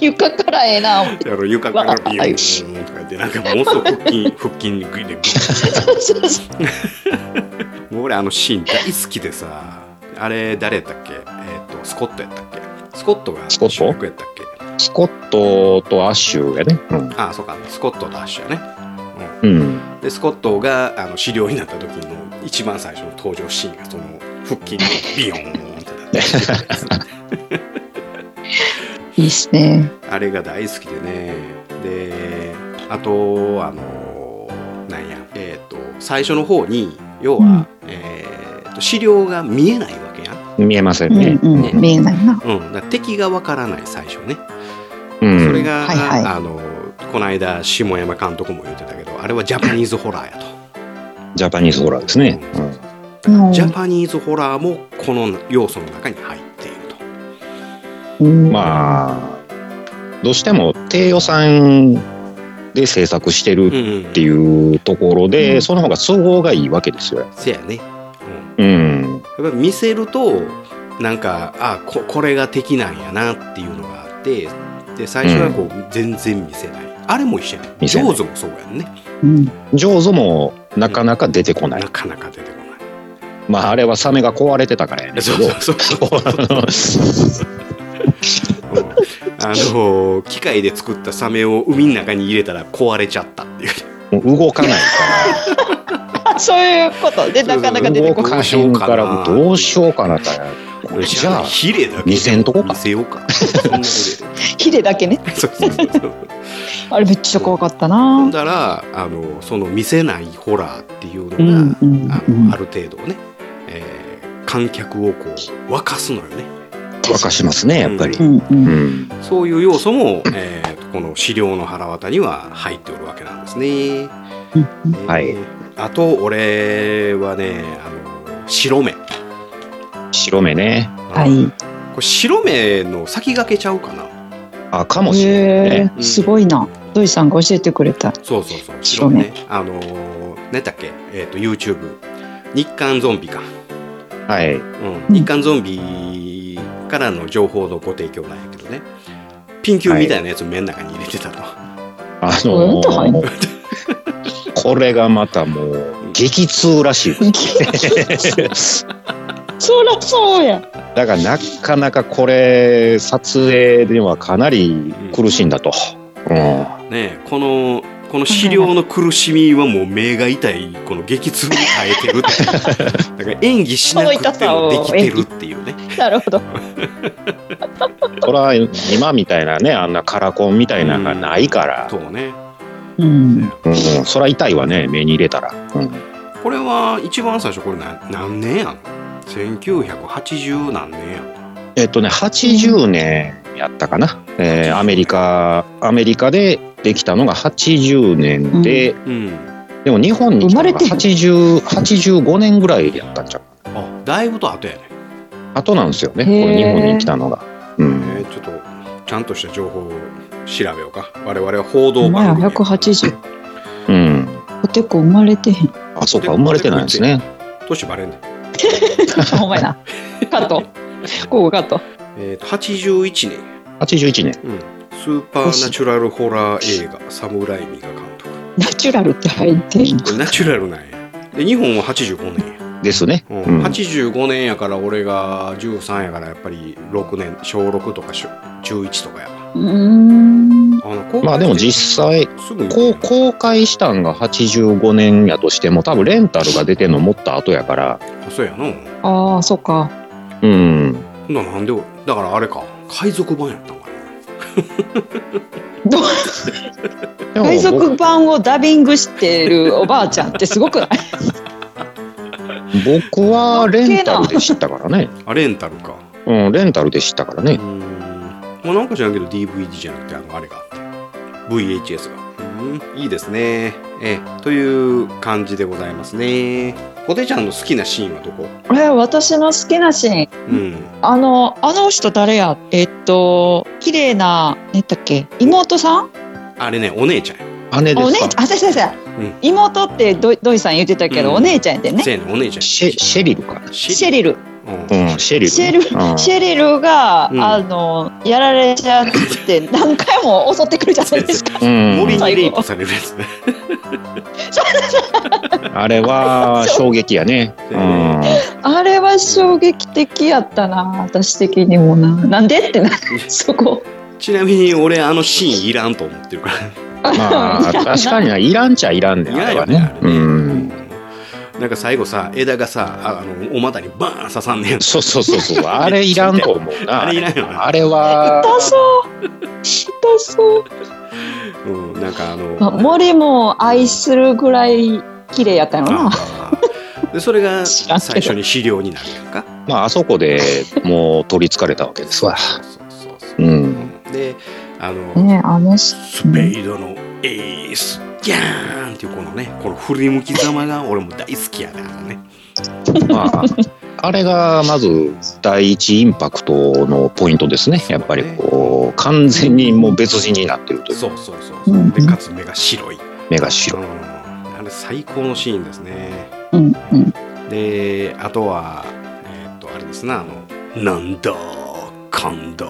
S3: 床からええな思って
S1: だから床からビヨンヨンとかってなんかものすごく腹筋腹筋にグイでグ
S3: そうそうそう
S1: イもう俺あのシーン大好きでさあれ誰やったっけえっ、とスコットやったっけスコットが
S2: スコット
S1: 主役やったっけ
S2: スコットとアッシュやね。
S1: ああそうかスコットとアッシュやね
S2: うん。うん。
S1: でスコットがあの狩猟になった時の一番最初の登場シーンがその腹筋にビヨンってなって
S3: (laughs)
S2: (laughs)
S3: いいっすね
S1: あれが大好きでね。で、あと、あの、なんや、えっ、と、最初の方に、要は、えーと、資料が見えないわけやん。
S2: 見えません
S3: う
S2: ね
S3: ん。うん見えないな
S1: うん。だから敵がわからない最初ね。
S2: うん
S1: それが、
S3: はいはい
S1: あの、この間、下山監督も言ってたけど、あれはジャパニーズホラーやと。
S2: ジャパニーズホラーですね。
S1: う
S2: うんん
S3: うん
S1: ジャパニーズホラーもこの要素の中に入っていると。
S3: うん
S2: まあ、どうしても低予算で制作してる
S1: うん、
S2: っていうところで、その方が都合がいいわけですよ。
S1: せやね。うん。
S2: うん。
S1: やっぱり見せるとなんかあここれが敵なんやなっていうのがあってで最初はこう、全然見せないあれも一緒やね
S2: 見
S1: ジ
S2: せ
S1: ョ
S2: ない
S1: ーズもそうやんね
S3: うん
S2: 上手もなかなか出てこない。
S1: なかなか出てこない
S2: まあ、あれはサメが壊れてたからやねんけ
S1: そう
S2: ど。
S1: そうそうそううんあのー機械で作ったサメを海の中に入れたら壊れちゃったっていう
S2: もう動かない
S3: あそういうことでなかなか出て
S2: 動
S3: こない
S2: かへんから、どうしようかなって。じゃあ、
S1: ヒレだけ
S2: 見せんとこか
S1: 見せようかそんなレベ
S3: ヒレだけね
S1: ルそうそうそうそう
S3: あれめっちゃ怖かった
S1: ほん
S3: な
S1: だらあのその見せないホラーっていうのが、
S3: うんうん
S1: あ
S3: うん
S1: のある程度ね、えー観客をこう沸かすのよね
S2: 沸かしますね、やっぱり
S3: う。んう
S2: うんん。
S1: そういう要素も、えーこの「資料の腹渡」には入っておるわけなんですね。
S3: うん
S2: はい
S1: あと俺はねあの白目、
S2: 白目ね。
S3: はい
S1: これ白目の先駆けちゃうかな
S2: あかもしれない
S3: へ
S2: ね。
S3: え、すごいな。土井さんが教えてくれた。
S1: そうそうそう。
S3: 白目
S1: 白ね。あのー、何だっけえっ、と、YouTube。日韓ゾンビか。
S2: はい。
S1: うん。日韓ゾンビからの情報のご提供なんやけどね。ピンキューみたいなやつを目の中に入れてたと。
S2: あのー
S3: うん
S2: これがまたもう激痛らしいです
S3: そらそうや。
S2: だからなかなかこれ撮影ではかなり苦しいんだと、うん、
S1: ねえこの、この資料の苦しみはもう目が痛い、この激痛に耐えてるって (laughs) いう。だから演技しなくてもできてるっていうね。
S3: なるほど。
S2: それは今みたいなねあんなカラコンみたいなのがないから、
S1: そうね。
S3: うん。
S2: うん、そりゃ痛いわね目に入れたら、うん、
S1: これは一番最初これ何何年やの ?1980 何年やの
S2: えっとね80年やったかな、えーアメリカアメリカでできたのが80年で、
S1: うん。
S2: でも日本に来たのが
S3: 生まれ
S2: 80 85年ぐらいやったんちゃう
S1: あ、だいぶと後やね。
S2: 後なんですよねこ
S3: へー
S2: れ日本に来たのが。うん
S1: えーちょっとちゃんとした情報を調べようか我々は報道
S3: お前
S1: 番
S3: は
S1: 組
S3: 百八十。
S2: うん
S3: ポテコ生まれてへん。
S2: あ、そうか、生まれてないんですね。
S1: 年バレんねん
S3: (laughs) お前な。カット。ここカット。
S1: えーと81年、
S2: 81年。
S1: うんスーパーナチュラルホラー映画「サムライミ」が監督
S3: ナチュラルって入ってん
S1: これナチュラルなんやで日本は85年や、
S2: ですね。
S1: う
S2: うんん。
S1: 85年やから俺が13やからやっぱり6年小6とか小11とかやわ
S3: うーん。
S1: あの公開
S2: まあでも実際、
S1: すぐ見て
S2: こう
S1: る
S2: 公開したんが85年やとしても、多分レンタルが出てんのもっと後やから、
S1: あそうやな
S3: ああ、そっか。
S2: うん。
S1: ほんならなんで俺だからあれか海賊版やったんかな
S3: ど
S2: でも
S3: 海賊
S2: 僕
S3: 版をダビングしてるおばあちゃんってすごく (laughs) ない
S2: 僕はレンタルで知ったからね。
S1: あレンタルか
S2: うん、レンタルで知ったから
S1: う
S2: ね。
S1: ーんまあなんか知らんけど DVD じゃなくてあのあれがあって VHS がうんいいですねええという感じでございますねポテちゃんの好きなシーンはどこ
S3: え私の好きなシーン
S1: うん
S3: あのあの人誰やえっと綺麗な何だっけ妹さん
S1: あれねお姉ちゃんや
S2: 姉で
S3: お姉
S2: す
S3: ちゃ
S2: か
S3: んあ先生先
S1: うん
S3: 生妹ってど土井さん言ってたけ
S1: う
S3: ど、
S1: ん
S3: お姉ちゃんやってね
S1: せやねんお姉ちゃん
S2: シェシェリルか。
S3: シェリル
S1: うん
S2: うん、シェリル。
S3: シェリル
S2: うん
S3: (laughs) シェリルが、
S1: うん
S3: あのやられちゃって何回も襲ってくるじゃないですか
S2: うん
S1: 森にレイプされるやつね。
S2: あれは衝撃やね。うん。
S3: あれは衝撃的やったな私的にもななんでってな (laughs) そこ
S1: ちなみに俺あのシーンいらんと思ってるから。 (laughs)
S2: まあ、確かにな、いらんちゃいらんねん、あれはね。
S1: あれ
S2: う
S1: ね
S2: ん。
S1: なんか最後さ枝がさああのお股にバーン刺さんねん。
S2: そうそうそうそう。あれいらんと思うな。
S1: あれいらんよな
S2: あれは。
S3: 痛そう痛そう
S1: うんなんかあの。
S3: まあ森も愛するぐらい綺麗やったのな
S1: あーでそれが
S3: 知らんけど
S1: 最初に資料になるやんか。
S2: まあ、あそこでもう取りつかれたわけですわ。
S1: そうそうそうう。
S2: ん。
S1: で、あの、
S3: ねあのし
S1: スペードのエース、ギャーンっていうこのね、この振り向きざまが俺も大好きやな、ね。
S2: まあ、あれがまず第一インパクトのポイントですね。やっぱりこう、完全にもう別人になってるという。
S1: そうそうそうそう。
S3: うん
S1: で、かつ目が白い。
S2: 目が
S1: うん。
S2: 白い。
S1: あれ最高のシーンですね。
S3: うんうん
S1: で、あとは、えーっと、あれですな、あの、なんだ、かんだ。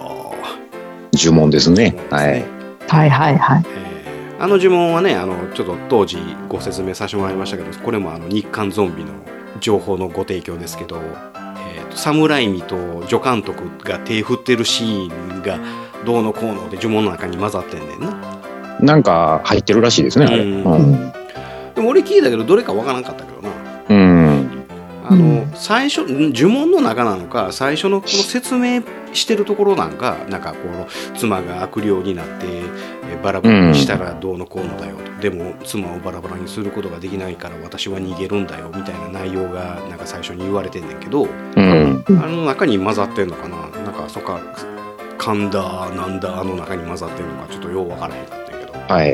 S2: 呪文ですね。はい。
S3: はいはいはい
S1: えーあの呪文はねあのちょっと当時ご説明させてもらいましたけどこれもあの日韓ゾンビの情報のご提供ですけど、えーとサムライミと助監督が手振ってるシーンがどうのこうので呪文の中に混ざってんねんな
S2: なんか入ってるらしいですね、あれ。
S1: う
S2: うんん。
S1: でも俺聞いたけどどれかわからんかったけどな
S2: うん。
S1: あの、
S3: うん
S1: 最初ん呪文の中なのか最初のこの説明してるところなんかなんかこの妻が悪霊になってえーバラバラにしたらどうのこうのだよと、でも妻をバラバラにすることができないから私は逃げるんだよみたいな内容がなんか最初に言われてんねんけど、
S2: うん。
S3: うん
S1: あの中に混ざってんのかななんかそっか神田なんだあの中に混ざってんのかちょっとようわからへんかったんやけど、
S2: はい。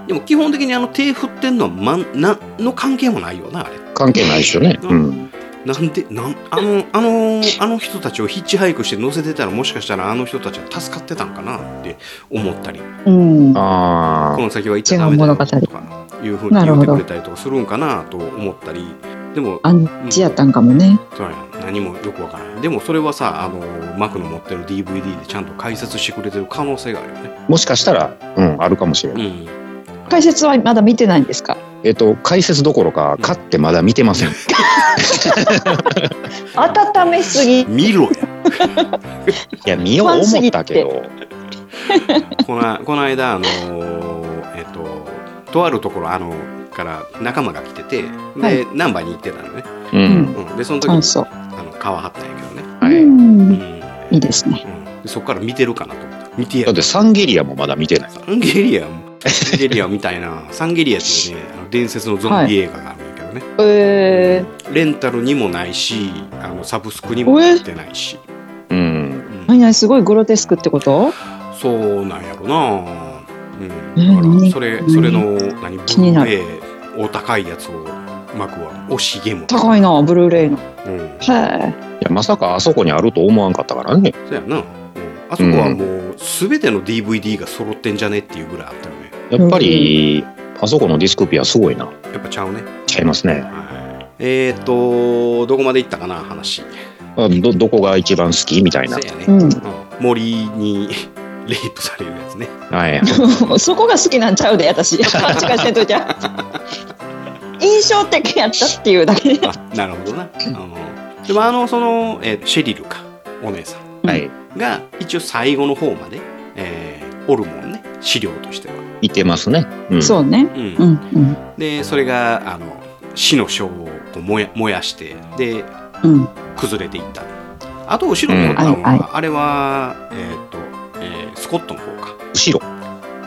S1: うん、でも基本的にあの手振ってんのは、まん、なの関係もないよなあれ
S2: 関係ないでしょね。うん。
S1: なんでなんあのあのあの人たちをヒッチハイクして乗せてたらもしかしたらあの人たちは助かってたんかなって思ったり
S3: うん。
S2: あ
S1: この先は行っちゃダメだよとかいうふうに
S3: なる
S1: 言っ
S3: ほ
S1: て
S3: ど
S1: くれたりとかするんかなと思ったりでも
S3: あんちやったんかもね。
S1: そうや何もよくわからないでもそれはさあのマクの持ってる DVD でちゃんと解説してくれてる可能性があるよね
S2: あ、もしかしたら、うん、あるかもしれない。
S1: うん
S3: 解説はまだ見てないんですか
S2: えっと、解説どころか、買ってまだ見てませ (laughs) ん。
S3: 温めすぎ。
S1: 見ろや
S2: いや、見よう思ったけど、
S1: このこの間あのえっ、ととあるところあのから仲間が来ててで、
S3: はい
S1: 難波に行ってたのね、
S2: うん。
S1: うん、でその時
S3: 感
S1: に
S3: 想。
S1: あの川張ったんやけどね、
S2: は
S3: う。
S2: い。
S1: うんん
S3: いいですね。
S1: うん、でそこから見てるかなと思った見てや
S2: だっ
S1: る
S2: て、サンゲリアもまだ見てない。
S1: サンゲリアもサンゲリアみたい
S3: (laughs)
S1: なサンゲリアっていうねあの伝説のゾンビ映画があるんやけどね、
S3: えー、
S1: レンタルにもないしあのサブスクにもなってないし、
S2: うん。
S1: うん
S3: 何々すごいグロテスクってこと
S1: そうなんやろな、う
S3: え
S1: ん、だから
S3: 何
S1: それ
S3: 何
S1: それの何ブル
S3: 気にな
S1: ー
S3: る
S1: レイお高いやつをマクは惜しげも
S3: 高いな、ブルーレイの。
S1: うん、そ
S3: へえ。
S2: いや、まさかあそこにあると思わんかったからね。
S1: うやな、うん、あそこはもう全ての DVD が揃ってんじゃねっていうぐらいあったよね
S2: やっぱり、あそこのディスクピアすごいな。
S1: やっぱちゃうね
S2: ちゃいますね。
S1: はいえっ、とどこまで行ったかな話
S2: あど、どこが一番好きみたいな
S1: そう。やね、
S3: うん
S1: うん森にレイプされるやつね
S2: はい。
S3: (laughs) そこが好きなんちゃうで、
S2: (laughs)
S3: 私。勘違いせんといて。印象的やったっていうだけで。
S1: あなるほどな、うん、でもあのその、えーシェリルかお姉さん
S2: はい。
S1: が一応最後の方まで、えーおるもんね資料としては、
S2: いてますね。うん。
S3: そうね。
S1: うん
S3: うんうん
S1: でそれがあの死の章をこう燃や燃やしてで
S3: うん。
S1: 崩れていったあと後ろにおったのは、
S3: うんはいは
S1: あれはえーっと、えースコットの方か、
S2: 後ろ。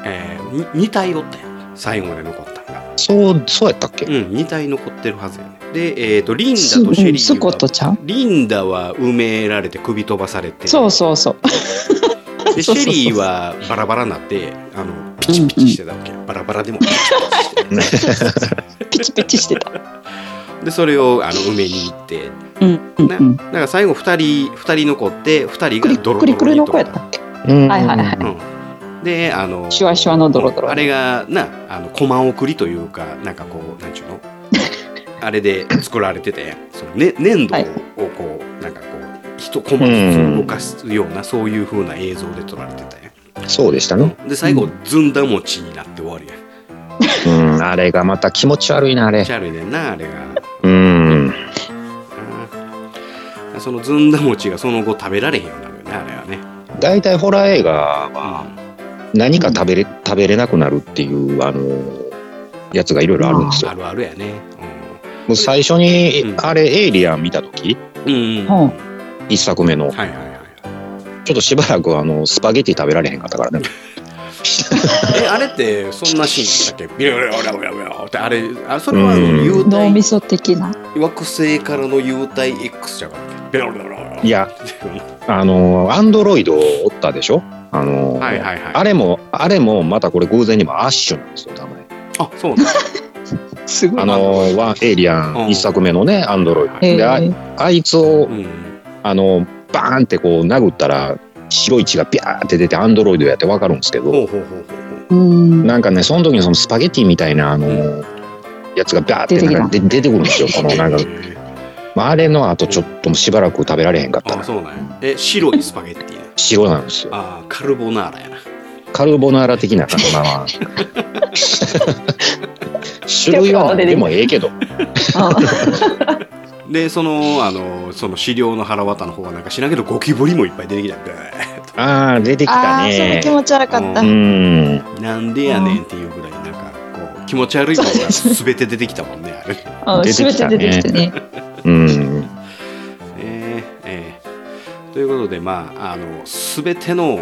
S1: え2体おったやん最後まで残ったんが
S2: そう、そうやったっけ
S1: うん2体残ってるはずやねで、えーっとリンダ
S3: すう
S1: と
S3: ん
S1: シェリ
S3: スコット
S1: ーは
S3: ちゃん
S1: リンダは埋められて首飛ばされて
S3: そうそ
S2: (laughs)
S3: うそう。
S1: でシ
S3: そ
S1: ェ
S3: うそうそう
S1: リーはバラバラになってあのピチピチしてたわけ、バラバラでもピチピチしてた
S3: ピチピチしてた。
S1: でそれをあの埋めに行って
S3: うんうんうん。
S1: だから最後2人二人残って2人
S3: ク
S1: が
S3: リ
S1: ドロドロ
S3: クリ
S1: に
S3: クリの子や
S1: 取れ
S3: った
S1: た
S3: っけ
S2: うん
S3: はいはいはい
S1: うん、であの
S3: シュワシュワのドロドロ
S1: あれがなあのコマ送りというかなんかこうなんちゅう
S3: (laughs)
S1: のあれで作られててその、ね、粘土
S3: はい
S1: をこう、なんかこう一コマずつ動かすようなそういう風な映像で撮られてたやん
S2: そうでしたね。
S1: で最後ずんだ餅になって終わるやん
S2: うん。あれがまた気持ち悪いな、あれ
S1: チ。ャルいねんなあれが
S2: うん。
S1: なそのずんだ餅がその後食べられへんようになるよねあれはね
S2: 大体ホラー映画は何か食べれ、食べれなくなるっていう、あの、やつがいろいろあるんですよ
S1: あ。るあるやね
S2: もう最初に
S1: う、ん
S2: あれ、エイリアン見たとき、
S1: うん、うん、
S3: ほう
S1: はい
S2: 一作目の、
S1: はいはい
S2: ちょっとしばらくあの、スパゲティ食べられへんかったからね。
S1: えあれってそんなシーンだっけビロビロビロビロビロってあれあそれは
S2: うん
S1: 幽
S3: 脳
S1: 体
S3: みそ的な。
S1: 惑星からの幽体 X じゃなくてビロビロビロビロ
S2: いや、あの、アンドロイドおったでしょあの、
S1: はいはいはい
S2: あれも、あれも、またこれ偶然にもアッシュなんですよ、名前。
S1: あそうなんだ
S3: すご
S2: あ
S3: い。
S2: の、ワン、エイリア
S1: うん
S2: ン一作目のね、アンドロイド。
S3: へ
S2: で、あ
S3: ー
S2: あいつを
S1: う、ん
S2: あの、バーンってこう殴ったら、白い血がビャーって出てアンドロイドやってわかるんですけ
S1: ほうほ
S2: ど、
S1: うほうほうほう
S3: うん。
S2: なんかね、その時にそのスパゲティみたいな、あの、やつがビャーってなんかで出てくるんですよ、このなんか、
S1: (laughs) へー
S2: まあ、あれの後ちょっともうしばらく食べられへんかった
S1: あ
S2: な。
S1: そうなんやえ白いスパゲッティや
S2: 白なんですよ。
S1: あーカルボナーラやな
S2: カルボナーラ的な感じまあ (laughs) まあ種類は何でもええけど。
S1: でそのあのその資料の腹渡の方はなんか知らんけどゴキブリもいっぱい出てきたブー
S2: ああ、出てき
S3: あ
S2: た
S3: あー、その
S2: ね
S3: 気。持ち悪かった
S2: う。ーん。
S1: なんでやねんっていうぐらいなんかこう気持ち悪いのが全て出てきたもんねあれ
S3: うん
S2: 出て
S3: 全
S2: きた
S3: て
S2: ね
S3: 出てきてね。
S2: うん。
S1: えーえーということでまああの全てのお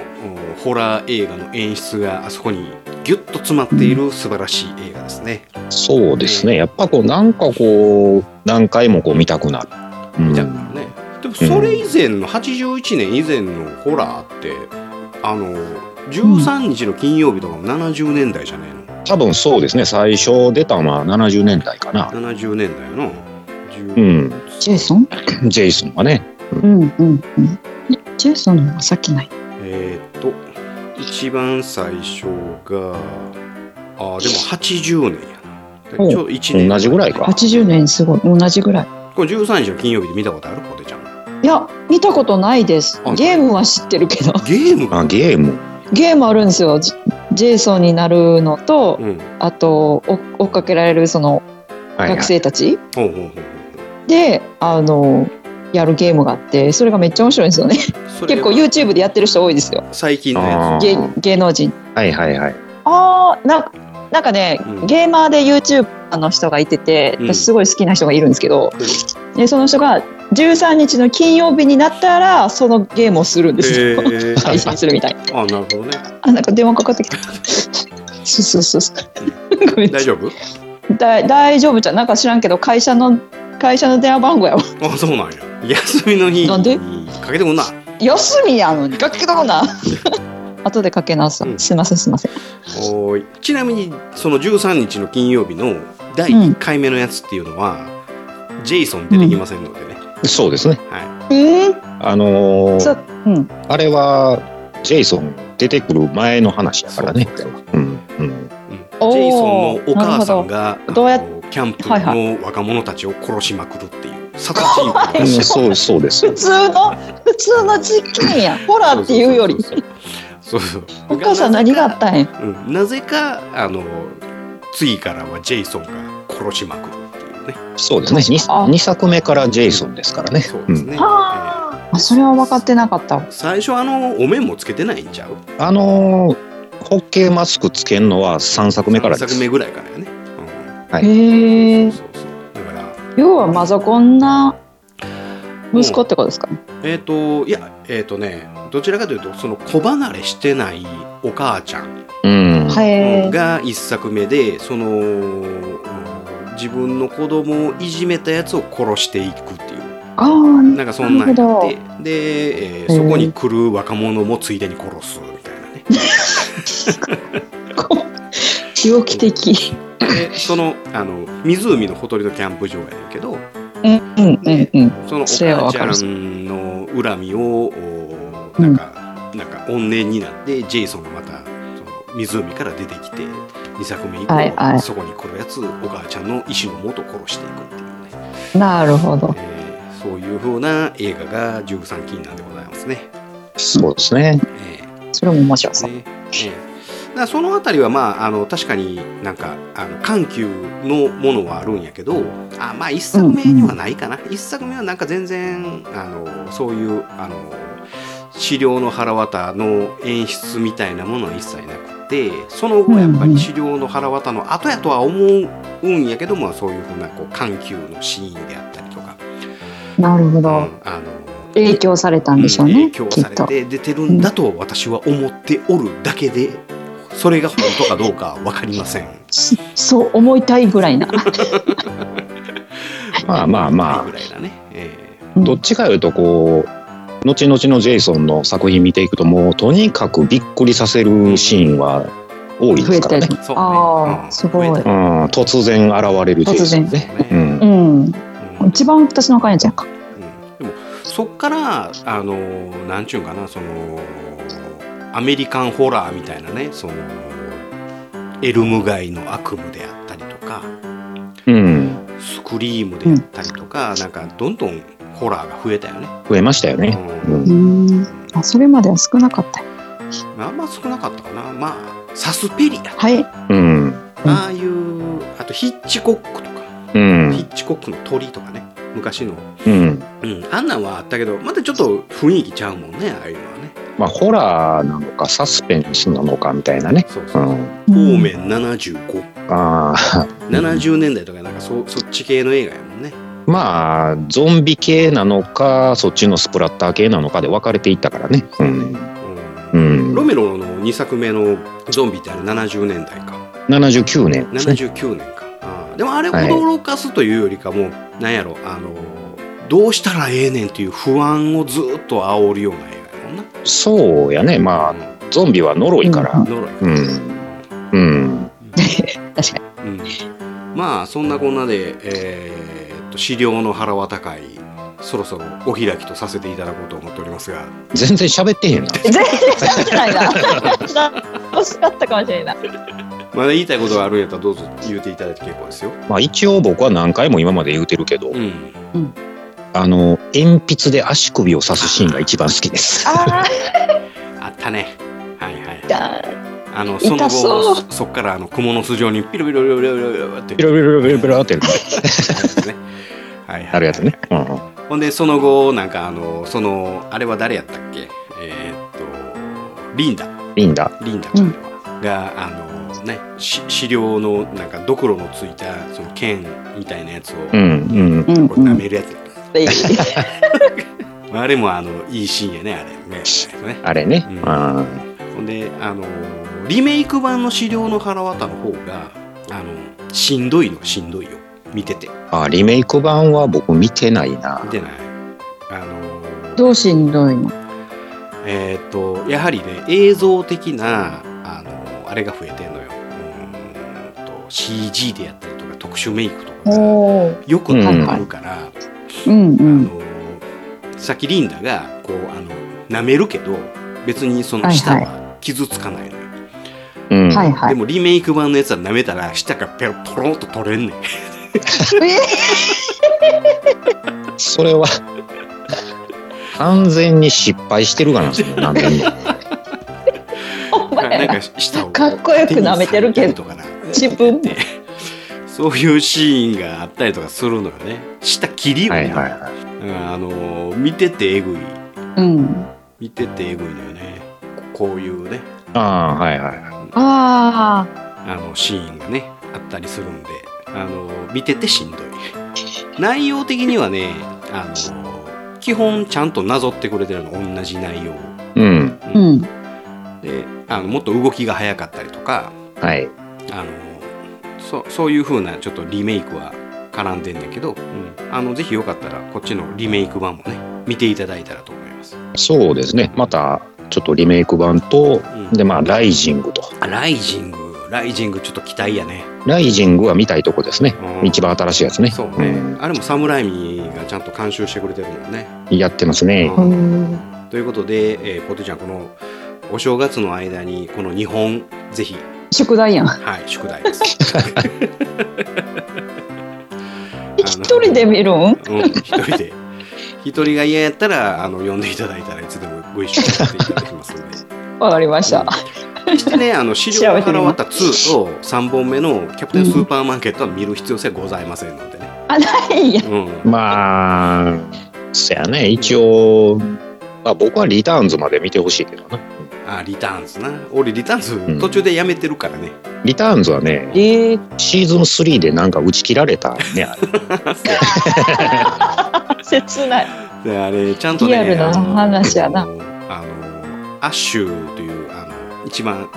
S1: ホラー映画の演出があそこにギュッと詰まっている素晴らしい映画ですね、
S2: そうですね。やっぱこう、なんかこう、何回もこう見たくなる。うん
S1: みたいなねでもそれ以前の81年以前のホラーってあの13日の金曜日とかも70年代じゃないの
S2: 多分そうですね。最初出たのは70年代かな。
S1: 70年代の
S2: うん。
S3: ジェイソン
S2: ジェイソンがね。
S3: うんうんうん。えジェイソンの方が先ない。
S1: えーっと一番最初があーでも80年やな
S3: お
S1: ちょうど1年
S2: 同じぐらいか
S3: 80年すごい。同じぐらい。
S1: これ13日の金曜日で見たことあるポテちゃん
S3: いや、見たことないです
S1: あ。
S3: ゲームは知ってるけど。 (laughs)
S1: ゲーム
S2: あ、ゲーム。
S3: ゲームあるんですよ。ジジェイソンになるのと、
S1: うん
S3: あと、お追っかけられるその
S2: はい
S3: 学生たち
S1: ほうほうほうほ
S3: で、あの、やるゲームがあって、それがめっちゃ面白いんですよね。
S1: うそれ
S3: 結構
S1: は
S3: YouTube でやってる人多いですよ。
S1: 最近のや
S2: あ
S3: 芸
S2: ー
S3: 芸能人。
S2: はいはいはい。
S3: ああ、なんか、なんかね、
S1: うん
S3: ゲーマーで YouTuber の人がいてて、
S1: うん
S3: 私すごい好きな人がいるんですけど、でその人が13日の金曜日になったら、そのゲームをするんで
S1: つ
S3: す
S1: へ
S3: よ。
S1: え
S3: 配信するみたい。
S1: あなるほどね
S3: あ、なんか電話かかってきた。そうそうそう。 (laughs) ごめん
S1: 大丈夫
S3: だ大丈夫じゃん。なんか知らんけど、会社の、会社の電話番号やわ。
S1: あそうなんや休みの日
S3: なんで
S1: にかけてこんな
S3: 休みやのに、楽器どこな。後でかけ直す
S1: う
S3: わ。
S1: ん
S3: すいません、すいません。
S1: おーいちなみにその13日の金曜日の第1回目のやつっていうのは、ジェイソン出てきませんのでね、
S2: そうですね。
S3: うん、
S2: あのー
S3: そう、うん。
S2: あれは、ジェイソン出てくる前の話だからね。
S1: そうそう
S2: うん。うん。
S1: うん
S3: おー
S1: ジェイソンのお母さんが
S3: ほどどうやっ
S1: あのキャンプ
S3: はいは
S1: の若者たちを殺しまくるって
S3: (laughs)
S1: いうサタチー
S2: う
S1: ク
S2: ん
S1: の
S2: そう、そうです
S3: 普。通の普通の実験やホラーっていうより
S1: そうそう
S3: お母さん何があったんや
S1: た、うん、なぜかあの次からはジェイソンが殺しまくるっていうね
S2: そうですね。
S3: あ
S2: 2, 作目からジェイソンですからね。
S1: そうですね、えー
S3: あそれは分かってなかった
S1: 最初あのお面もつけてないんちゃう
S2: うんあのー、ホッケーマスクつけんのは3作目からで
S1: 三作
S2: す
S1: 目。ぐらいからやね、
S2: はい
S1: うん
S3: へえ
S1: そうそうそうだから
S3: 要はマザコンな息子ってことですかね
S1: えっ、といやえっ、とねどちらかというとその子離れしてないお母ちゃん
S2: うん。
S3: へえ
S1: が一作目でその、うん自分の子供をいじめたやつを殺していくっていう
S3: ああ
S1: なんかそんなん
S3: なる
S1: やっ
S3: ほ
S1: てで、えーそこに来る若者もついでに殺すみたいなね
S3: (laughs) 猟奇的 (laughs)
S1: でそのあの湖のほとりのキャンプ場やねんけど
S3: うんうんうんうん
S1: そのお
S3: それは
S1: 母
S3: わ
S1: ち
S3: かる
S1: ゃんの恨みをおなんか、なんか怨念になってジェイソンがまたその湖から出てきて2作目以降、
S3: はいはい
S1: そこに来るやつお母ちゃんの意思のもと殺していくっていうね、
S3: なるほど
S1: えーそういうふうな映画が13禁なんでございますね。
S2: そうですね
S1: え。ー
S3: それも面白そう
S1: ね。ええだからそのあたりはまああの確かになんかあの緩急のものはあるんやけどあまあ一作目にはないかな、一作目はなんか全然あのそういうあの資料の腹渡の演出みたいなものは一切なくてその後やっぱり資料の腹渡の後やとは思うんやけどもそういうふうなこう緩急のシーンであったりとか、
S3: なるほ
S1: うん
S3: ど
S1: あの
S3: 影響されたんでしょう
S1: うん
S3: ね
S1: 影響
S3: き
S1: さ
S3: っ
S1: れ
S3: と
S1: て出てるんだと私は思っておるだけでそれが本当かどうか分かりません
S3: そそう思いたいぐらいな
S2: まあまあまあ
S1: ぐらいだね、え
S2: どっちかいうとこう後々のジェイソンの作品見ていくともうとにかくびっくりさせるシーンは多い
S3: 増
S2: です
S3: え
S2: か
S3: て
S2: ら
S3: る
S2: ね。
S1: ーそうね
S3: ああすごい
S1: うん増え
S2: う
S1: た
S2: ん、突然現れるジェイソンね。
S1: 突然
S2: うん
S3: う
S1: う
S3: ん
S1: ん
S3: 一番私の感じやんか
S1: うんでもそっからあのーなんちゅうんかなそのアメリカンホラーみたいなねそのエルム街の悪夢であったりとか
S2: うん、
S1: スクリームであったりとか、なんかどんどんホラーが増えたよね。
S2: 増えましたよね。
S1: う
S2: うんん
S3: うんあそれまでは少なかったよ
S1: まああんま少なかったかな。まあ、サスペリア。
S3: はい
S2: うん、
S3: うん
S1: ああいう、あとヒッチコックとか、
S2: う
S1: ヒ
S2: ん、
S1: ッチコックの鳥とかね、昔の。
S2: うん。
S1: うん、あんなんはあったけど、またちょっと雰囲気ちゃうもんね、ああいうのはね。
S2: まあホラーなのかサスペンスなのかみたいなね。
S1: そうそうう。
S2: ん、
S1: オ
S3: うん
S1: ーメン75。
S2: ああ、
S1: 70年代とか、なんかそそっち系の映画やもんね。
S2: まあゾンビ系なのかそっちのスプラッター系なのかで分かれていったからね。うん、
S1: う
S2: うんん
S1: ロ、メロの2作目のゾンビってあれ70年代か。
S2: 七十九年ですね。
S1: 79年か。ああでもあれを驚かすというよりかも、なんやろ、あの、どうしたらええねんっていう不安をずっと煽るような映画やもんな。
S2: そうやね。まあ
S1: うん
S2: ゾンビは呪いから。
S1: 呪い。
S2: うんうん。
S3: 確か
S1: うんまあそんなこんなで、えーっと資料の腹は高いそろそろお開きとさせていただこうと思っておりますが
S2: 全然喋ってへんな。
S3: 全然喋っ
S1: (laughs)
S3: てないな。惜しかったかもしれない。
S1: まだ言いたいことがあるんやったらどうぞ言うていただいて結構ですよ。
S2: まあ一応僕は何回も今まで言うてるけど、
S1: うん、
S2: あの、鉛筆で足首を刺すシーンが一番好きです。
S3: あ
S1: あったね。はいはい。
S3: あ、
S1: あのその
S3: 痛そ
S1: 後そそっからあの蜘蛛の巣状にピロピロピロピロピロピロって
S2: (laughs) ビロビロビロビロって
S1: ですね。はいはい。
S2: なるやつね。うんうん。
S1: ほんでその後なんかあのそのあれは誰やったっけ？えーっとリンダ
S2: いいんだ。
S1: リンダちゃんが、あのねし資料のなんかドクロのついたその剣みたいなやつを、
S2: うんうん。
S3: うん
S1: こう
S3: う
S1: 舐
S3: ん。
S1: めるやつ。
S3: で
S1: あれもあのいいシーンやねあれね。ね
S2: あれね。
S1: う
S2: うんん。
S1: ほんであのリメイク版の資料の腹渡の方があのしんどいのはしんどいよ見てて
S2: あ、リメイク版は僕見てないな
S1: 見。てないあの
S3: どうしんど
S1: (laughs)
S3: いの。
S1: えーっ、とやはりね映像的なあのあれが増えてんのようーんと CG でやったりとか特殊メイクとかが
S3: お。
S1: よくあるから、
S3: うんう
S1: あ
S3: ん。
S1: のさっきリンダがこうあの舐めるけど別にその舌は傷つかないのよ、
S2: うん。
S3: はいは
S1: で
S3: い。
S1: もリメイク版のやつは舐めたら舌がペロポロンと取れんねん (laughs)
S2: それは、完全に失敗してるがなんですよ。なん
S1: (laughs)
S2: でも
S3: (laughs) お
S1: なん
S3: 前
S1: から舌を
S3: (laughs) かっこよく舐めてるけ
S1: 手
S3: ど
S1: に触ったりとかな
S3: 自分で。
S1: そういうシーンがあったりとかするのよね舌切りよ
S2: はい
S1: ね、
S2: はいはい。
S1: うんあのー見ててえぐい
S3: うん。
S1: 見ててえぐいのよねここういうね
S2: ああ、はいはいはい。
S3: ああ。
S1: あのシーンがねあったりするんであのー見ててしんどい内容的にはねあのー基本ちゃんとなぞってくれてるの同じ内容
S2: うん。
S3: うん。
S1: であのもっと動きが早かったりとか
S2: はい。
S1: あのそそういう風なちょっとリメイクは絡んでんだけど、うんあのぜひよかったらこっちのリメイク版もね見ていただいたらと思います。
S2: そうですね。また、ちょっとリメイク版と、
S1: うん
S2: で、まあ、ライジングと。
S1: あライジングライジングちょっと期待やね。
S2: ライジングは見たいとこですね。
S1: うん
S2: 一番新しいやつね。
S1: そうね、
S2: ん
S1: あれもサムライミがちゃんと監修してくれてるもんね。
S2: やってますね。
S1: うん
S3: うん。
S1: ということで、えーポテちゃんこのお正月の間にこの2本ぜひ
S3: 宿題やん。
S1: はい宿題です。
S3: (laughs) 一人で見るん。
S1: うん、一人で。一人が嫌やったら、あの、呼んでいただいたらいつでもご一緒させていただきますので。
S3: わかりました。
S1: そしてね、
S3: (laughs)
S1: あの、資料が払わった2と3本目のキャプテンスーパーマーケットは見る必要性はございませんのでね。
S3: あ、ないや。
S1: うん。
S2: まあ、そやね。一応、まあ、僕はリターンズまで見てほしいけどな。
S1: あ、リターンズな。俺、リターンズ途中でやめてるからね。
S2: リターンズはね、
S3: ええ。
S2: シーズン3でなんか打ち切られた
S1: (laughs)
S2: ね。あれ
S3: 切ない。
S1: で、あれ、ちゃんとね、
S3: リアルな話やな
S1: あの、あのアッシュという、あの、一番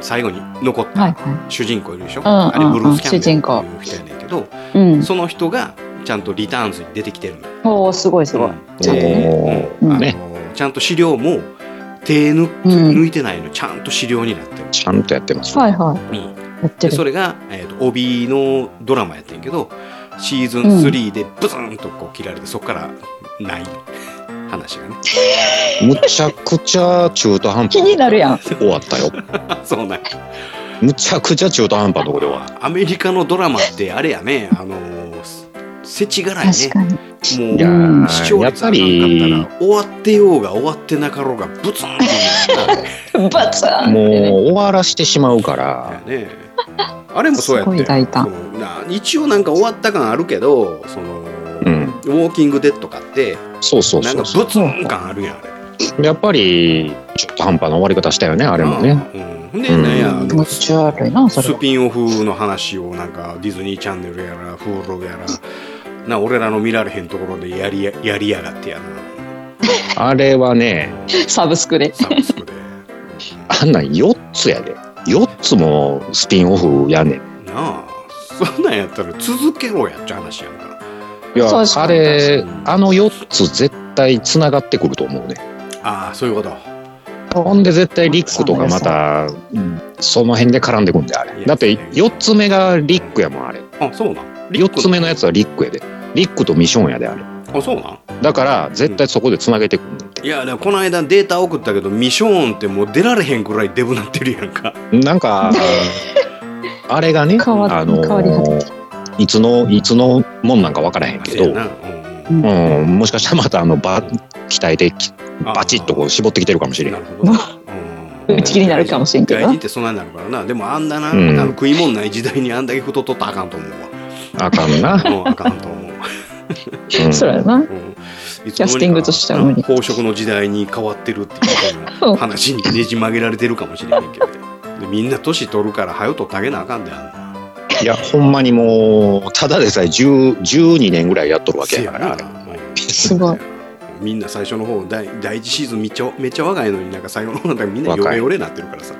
S1: 最後に残っ
S3: はい
S1: た
S3: は
S1: 主人公いるでしょ。
S3: んうんうん
S1: あれ、ブルース・キャンベルっていう人やねんけど、
S3: い。うん。
S1: その人がちゃんとリターンズに出てきてるの。
S3: おお、すごいすごい。
S1: で
S2: お
S1: うん
S2: ー
S1: あの
S2: ね
S1: ちゃんと資料も手抜
S3: うん
S1: 抜いてないのちゃんと資料になってる、
S2: ちゃんとやってます。
S3: はいはい。
S1: うん
S3: やって
S1: で
S3: る。
S1: それが、えーと帯のドラマやってんけどシーズン3でブツンとこう切られて、そこからない話がね (laughs)
S2: むちゃくちゃ中途半端
S3: 気になるやん。
S2: 終わったよ。
S1: そうなんや
S2: むちゃくちゃ中途半端のとこで終わっ
S1: アメリカのドラマってあれやねあのーすせちがらいね
S3: 確か
S1: も
S3: に。
S2: た。
S1: う
S2: いやー
S1: 視聴
S2: やっ
S1: 率
S2: ぱ
S1: がな
S2: り
S1: かっ、たら終わってようが終わってなかろうがブツンってなった
S3: バツーン
S2: もう
S3: ってね。
S2: 終わらしてしまうから、 (laughs)
S1: ね、あれもそうやって
S3: すごい大胆
S1: そのな一応なんか終わった感あるけどその、
S2: うん
S1: ウォーキングデッドかって
S2: そうそう
S1: なん
S2: そ
S1: か
S2: うそ
S1: ブツン感あるやんあれ
S2: う。やっぱり、中途半端な終わり方したよね、あれもね。
S1: うん、ほんで、
S2: うん
S1: なんやあの
S3: 気持ち悪いな、それ
S1: ス
S3: は。
S1: ピンオフの話をなんかディズニーチャンネルやら Hulu やらな俺らの見られへんところでやりややりやがってやな
S2: あれはね、
S3: サブスクで。
S1: サブスクで
S2: あんなん4つやで。4つもスピンオフやねん。
S1: うんなあそんなんやったら続けろやっちゃ話やんか
S2: いや
S3: そうです、ね
S2: あれ、あの4つ絶対つながってくると思うね。
S1: ああそういうこと
S2: ほんで絶対リックとかまた、うんその辺で絡んでくんだよ、あれ。だって4つ目がリックやもん、あれ。
S1: あそうなん
S2: 4つ目のやつはリックやで。リックとミションやであれ
S1: あそうなん
S2: だから絶対そこでつなげてくんねんて、
S1: いやでもこの間データ送ったけどミショーンってもう出られへんくらいデブなってるやんか
S2: なん (laughs) かあれがね
S3: 変わっ
S2: あの
S3: 変わり果
S2: いつのいつのもんなんかわからへんけ
S1: そう
S2: ど
S1: や、なうんうん
S2: うん、もしかしたらまたあのバ機体できバチッとこう絞ってきてるかもしれん
S1: なるほどねうん
S3: 打ち切りになるかもしれんけど
S1: 外人ってそんなになるからなでもあんなな、
S2: うん
S1: あの食い物ない時代にあんだけ太っとったらあかんと思う
S3: (laughs)
S1: わ
S2: あかん (laughs) な、
S1: うんあかんと思う、
S2: うん
S3: そうやな。
S1: うん、キ
S3: キャスティングとしては無理
S1: 飽食の時代に変わってるっていう話にねじ曲げられてるかもしれへんけどでみんな年取るから早うとってあげなあかんであんない
S2: やほんまにもうただでさえ10 12年ぐらいやっとるわけ
S1: せ
S2: や
S1: や
S2: か
S1: なう
S2: ら
S1: ん
S3: すごい。
S1: みんな最初の方第第一シーズンめっちゃめっちゃ若いのになんか最後の方なんかみんなヨレヨレなってるからさ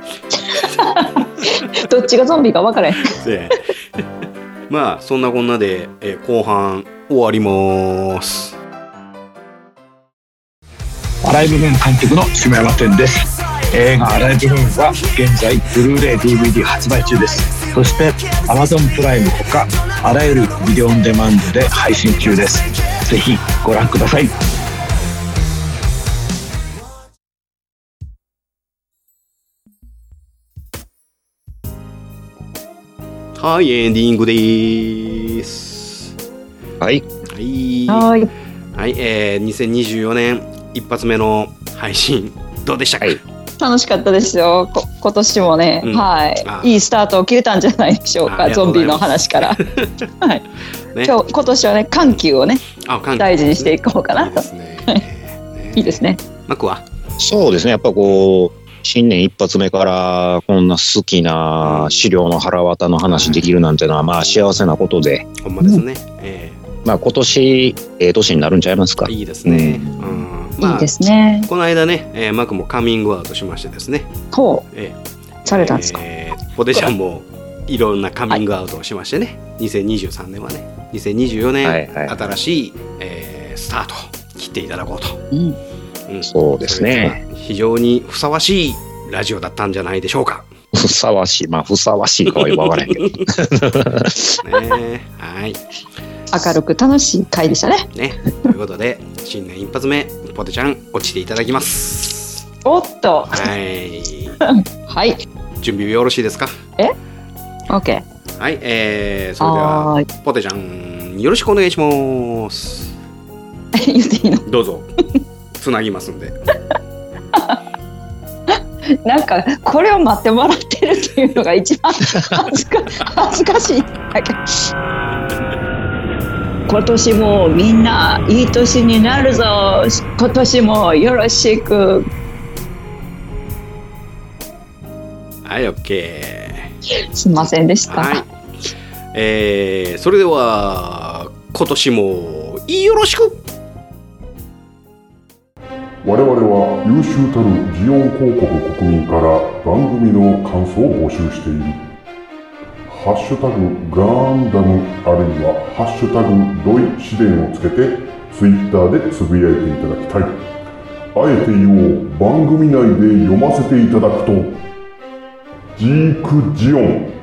S3: どっちがゾンビか分からへん。
S1: でまあそんなこんなで、えー後半終わります
S9: アライブムーン監督の下山天です映画「アライブムーン」は現在ブルーレイ DVD 発売中ですそして Amazon プライムほかあらゆるビデオオンデマンドで配信中ですぜひご覧ください
S1: はいエンディングでーす
S2: はい
S1: はい
S3: はーい。
S1: はい、えー、2024年一発目の配信どうでしたか、
S2: はい
S3: 楽しかったですよ。こ今年もね、
S1: うんあ
S3: は
S1: あ
S3: い。いいスタートを切れたんじゃないでしょう
S1: ああり
S3: か。
S1: がとう
S3: ゾ
S1: ご
S3: ン
S1: ざい
S3: ビ
S1: ます
S3: の話から。はい。
S1: ね
S3: 今日、今年はね、緩急をね、
S1: あ関係
S3: 大事にしていこうか
S1: い
S3: ないと
S1: で。すね
S3: いいですね。
S1: マクは
S2: そうですねやっぱこう新年一発目からこんな好きな資料の腹渡の話できるなんてのはまあ幸せなことで、
S1: ほんまですね、え
S2: まあ、今年ええ年になるんちゃいますか
S1: ー、いいですね、う
S2: うん
S3: いい
S1: まあ
S3: ですね。
S1: この間ね、えー、マクもカミングアウトしましてですね、
S3: ほ
S1: え
S3: う、されたんですか。
S1: えーポテシャンもいろんなカミングアウトをしましてね、2023年はね2024年、
S2: はいはい
S1: 新しい、えースタートを切っていただこうと、
S3: うん。
S1: うん
S2: そうですね
S1: それが非常にふさわしいラジオだったんじゃないでしょうか
S2: ふさわしいまあふさわしいかは分からへんけど
S1: ねはい
S3: 明るく楽しい回でしたね。
S1: ねということで新年一発目ポテちゃん落ちていただきます
S3: おっと。
S1: はい
S3: はい。
S1: 準備よろしいですか
S3: オッケー。
S1: はいえー、それでは
S3: はーい。
S1: ポテちゃんよろしくお願いします
S3: 言っていいの。
S1: どうぞつなぎますんで
S3: なんかこれを待ってもらってるっていうのが一番恥ずか (laughs) 恥ずかしいんだけど今年もみんないい年になるぞ今年もよろしく
S1: はい OK
S3: すいませんでした、
S1: はいえー、それでは今年もよろしく
S6: 我々は優秀たるジオン広告国民から番組の感想を募集している。ハッシュタグガンダムあるいはハッシュタグドイ試練をつけてツイッターでつぶやいていただきたい。あえて言おう番組内で読ませていただくとジークジオン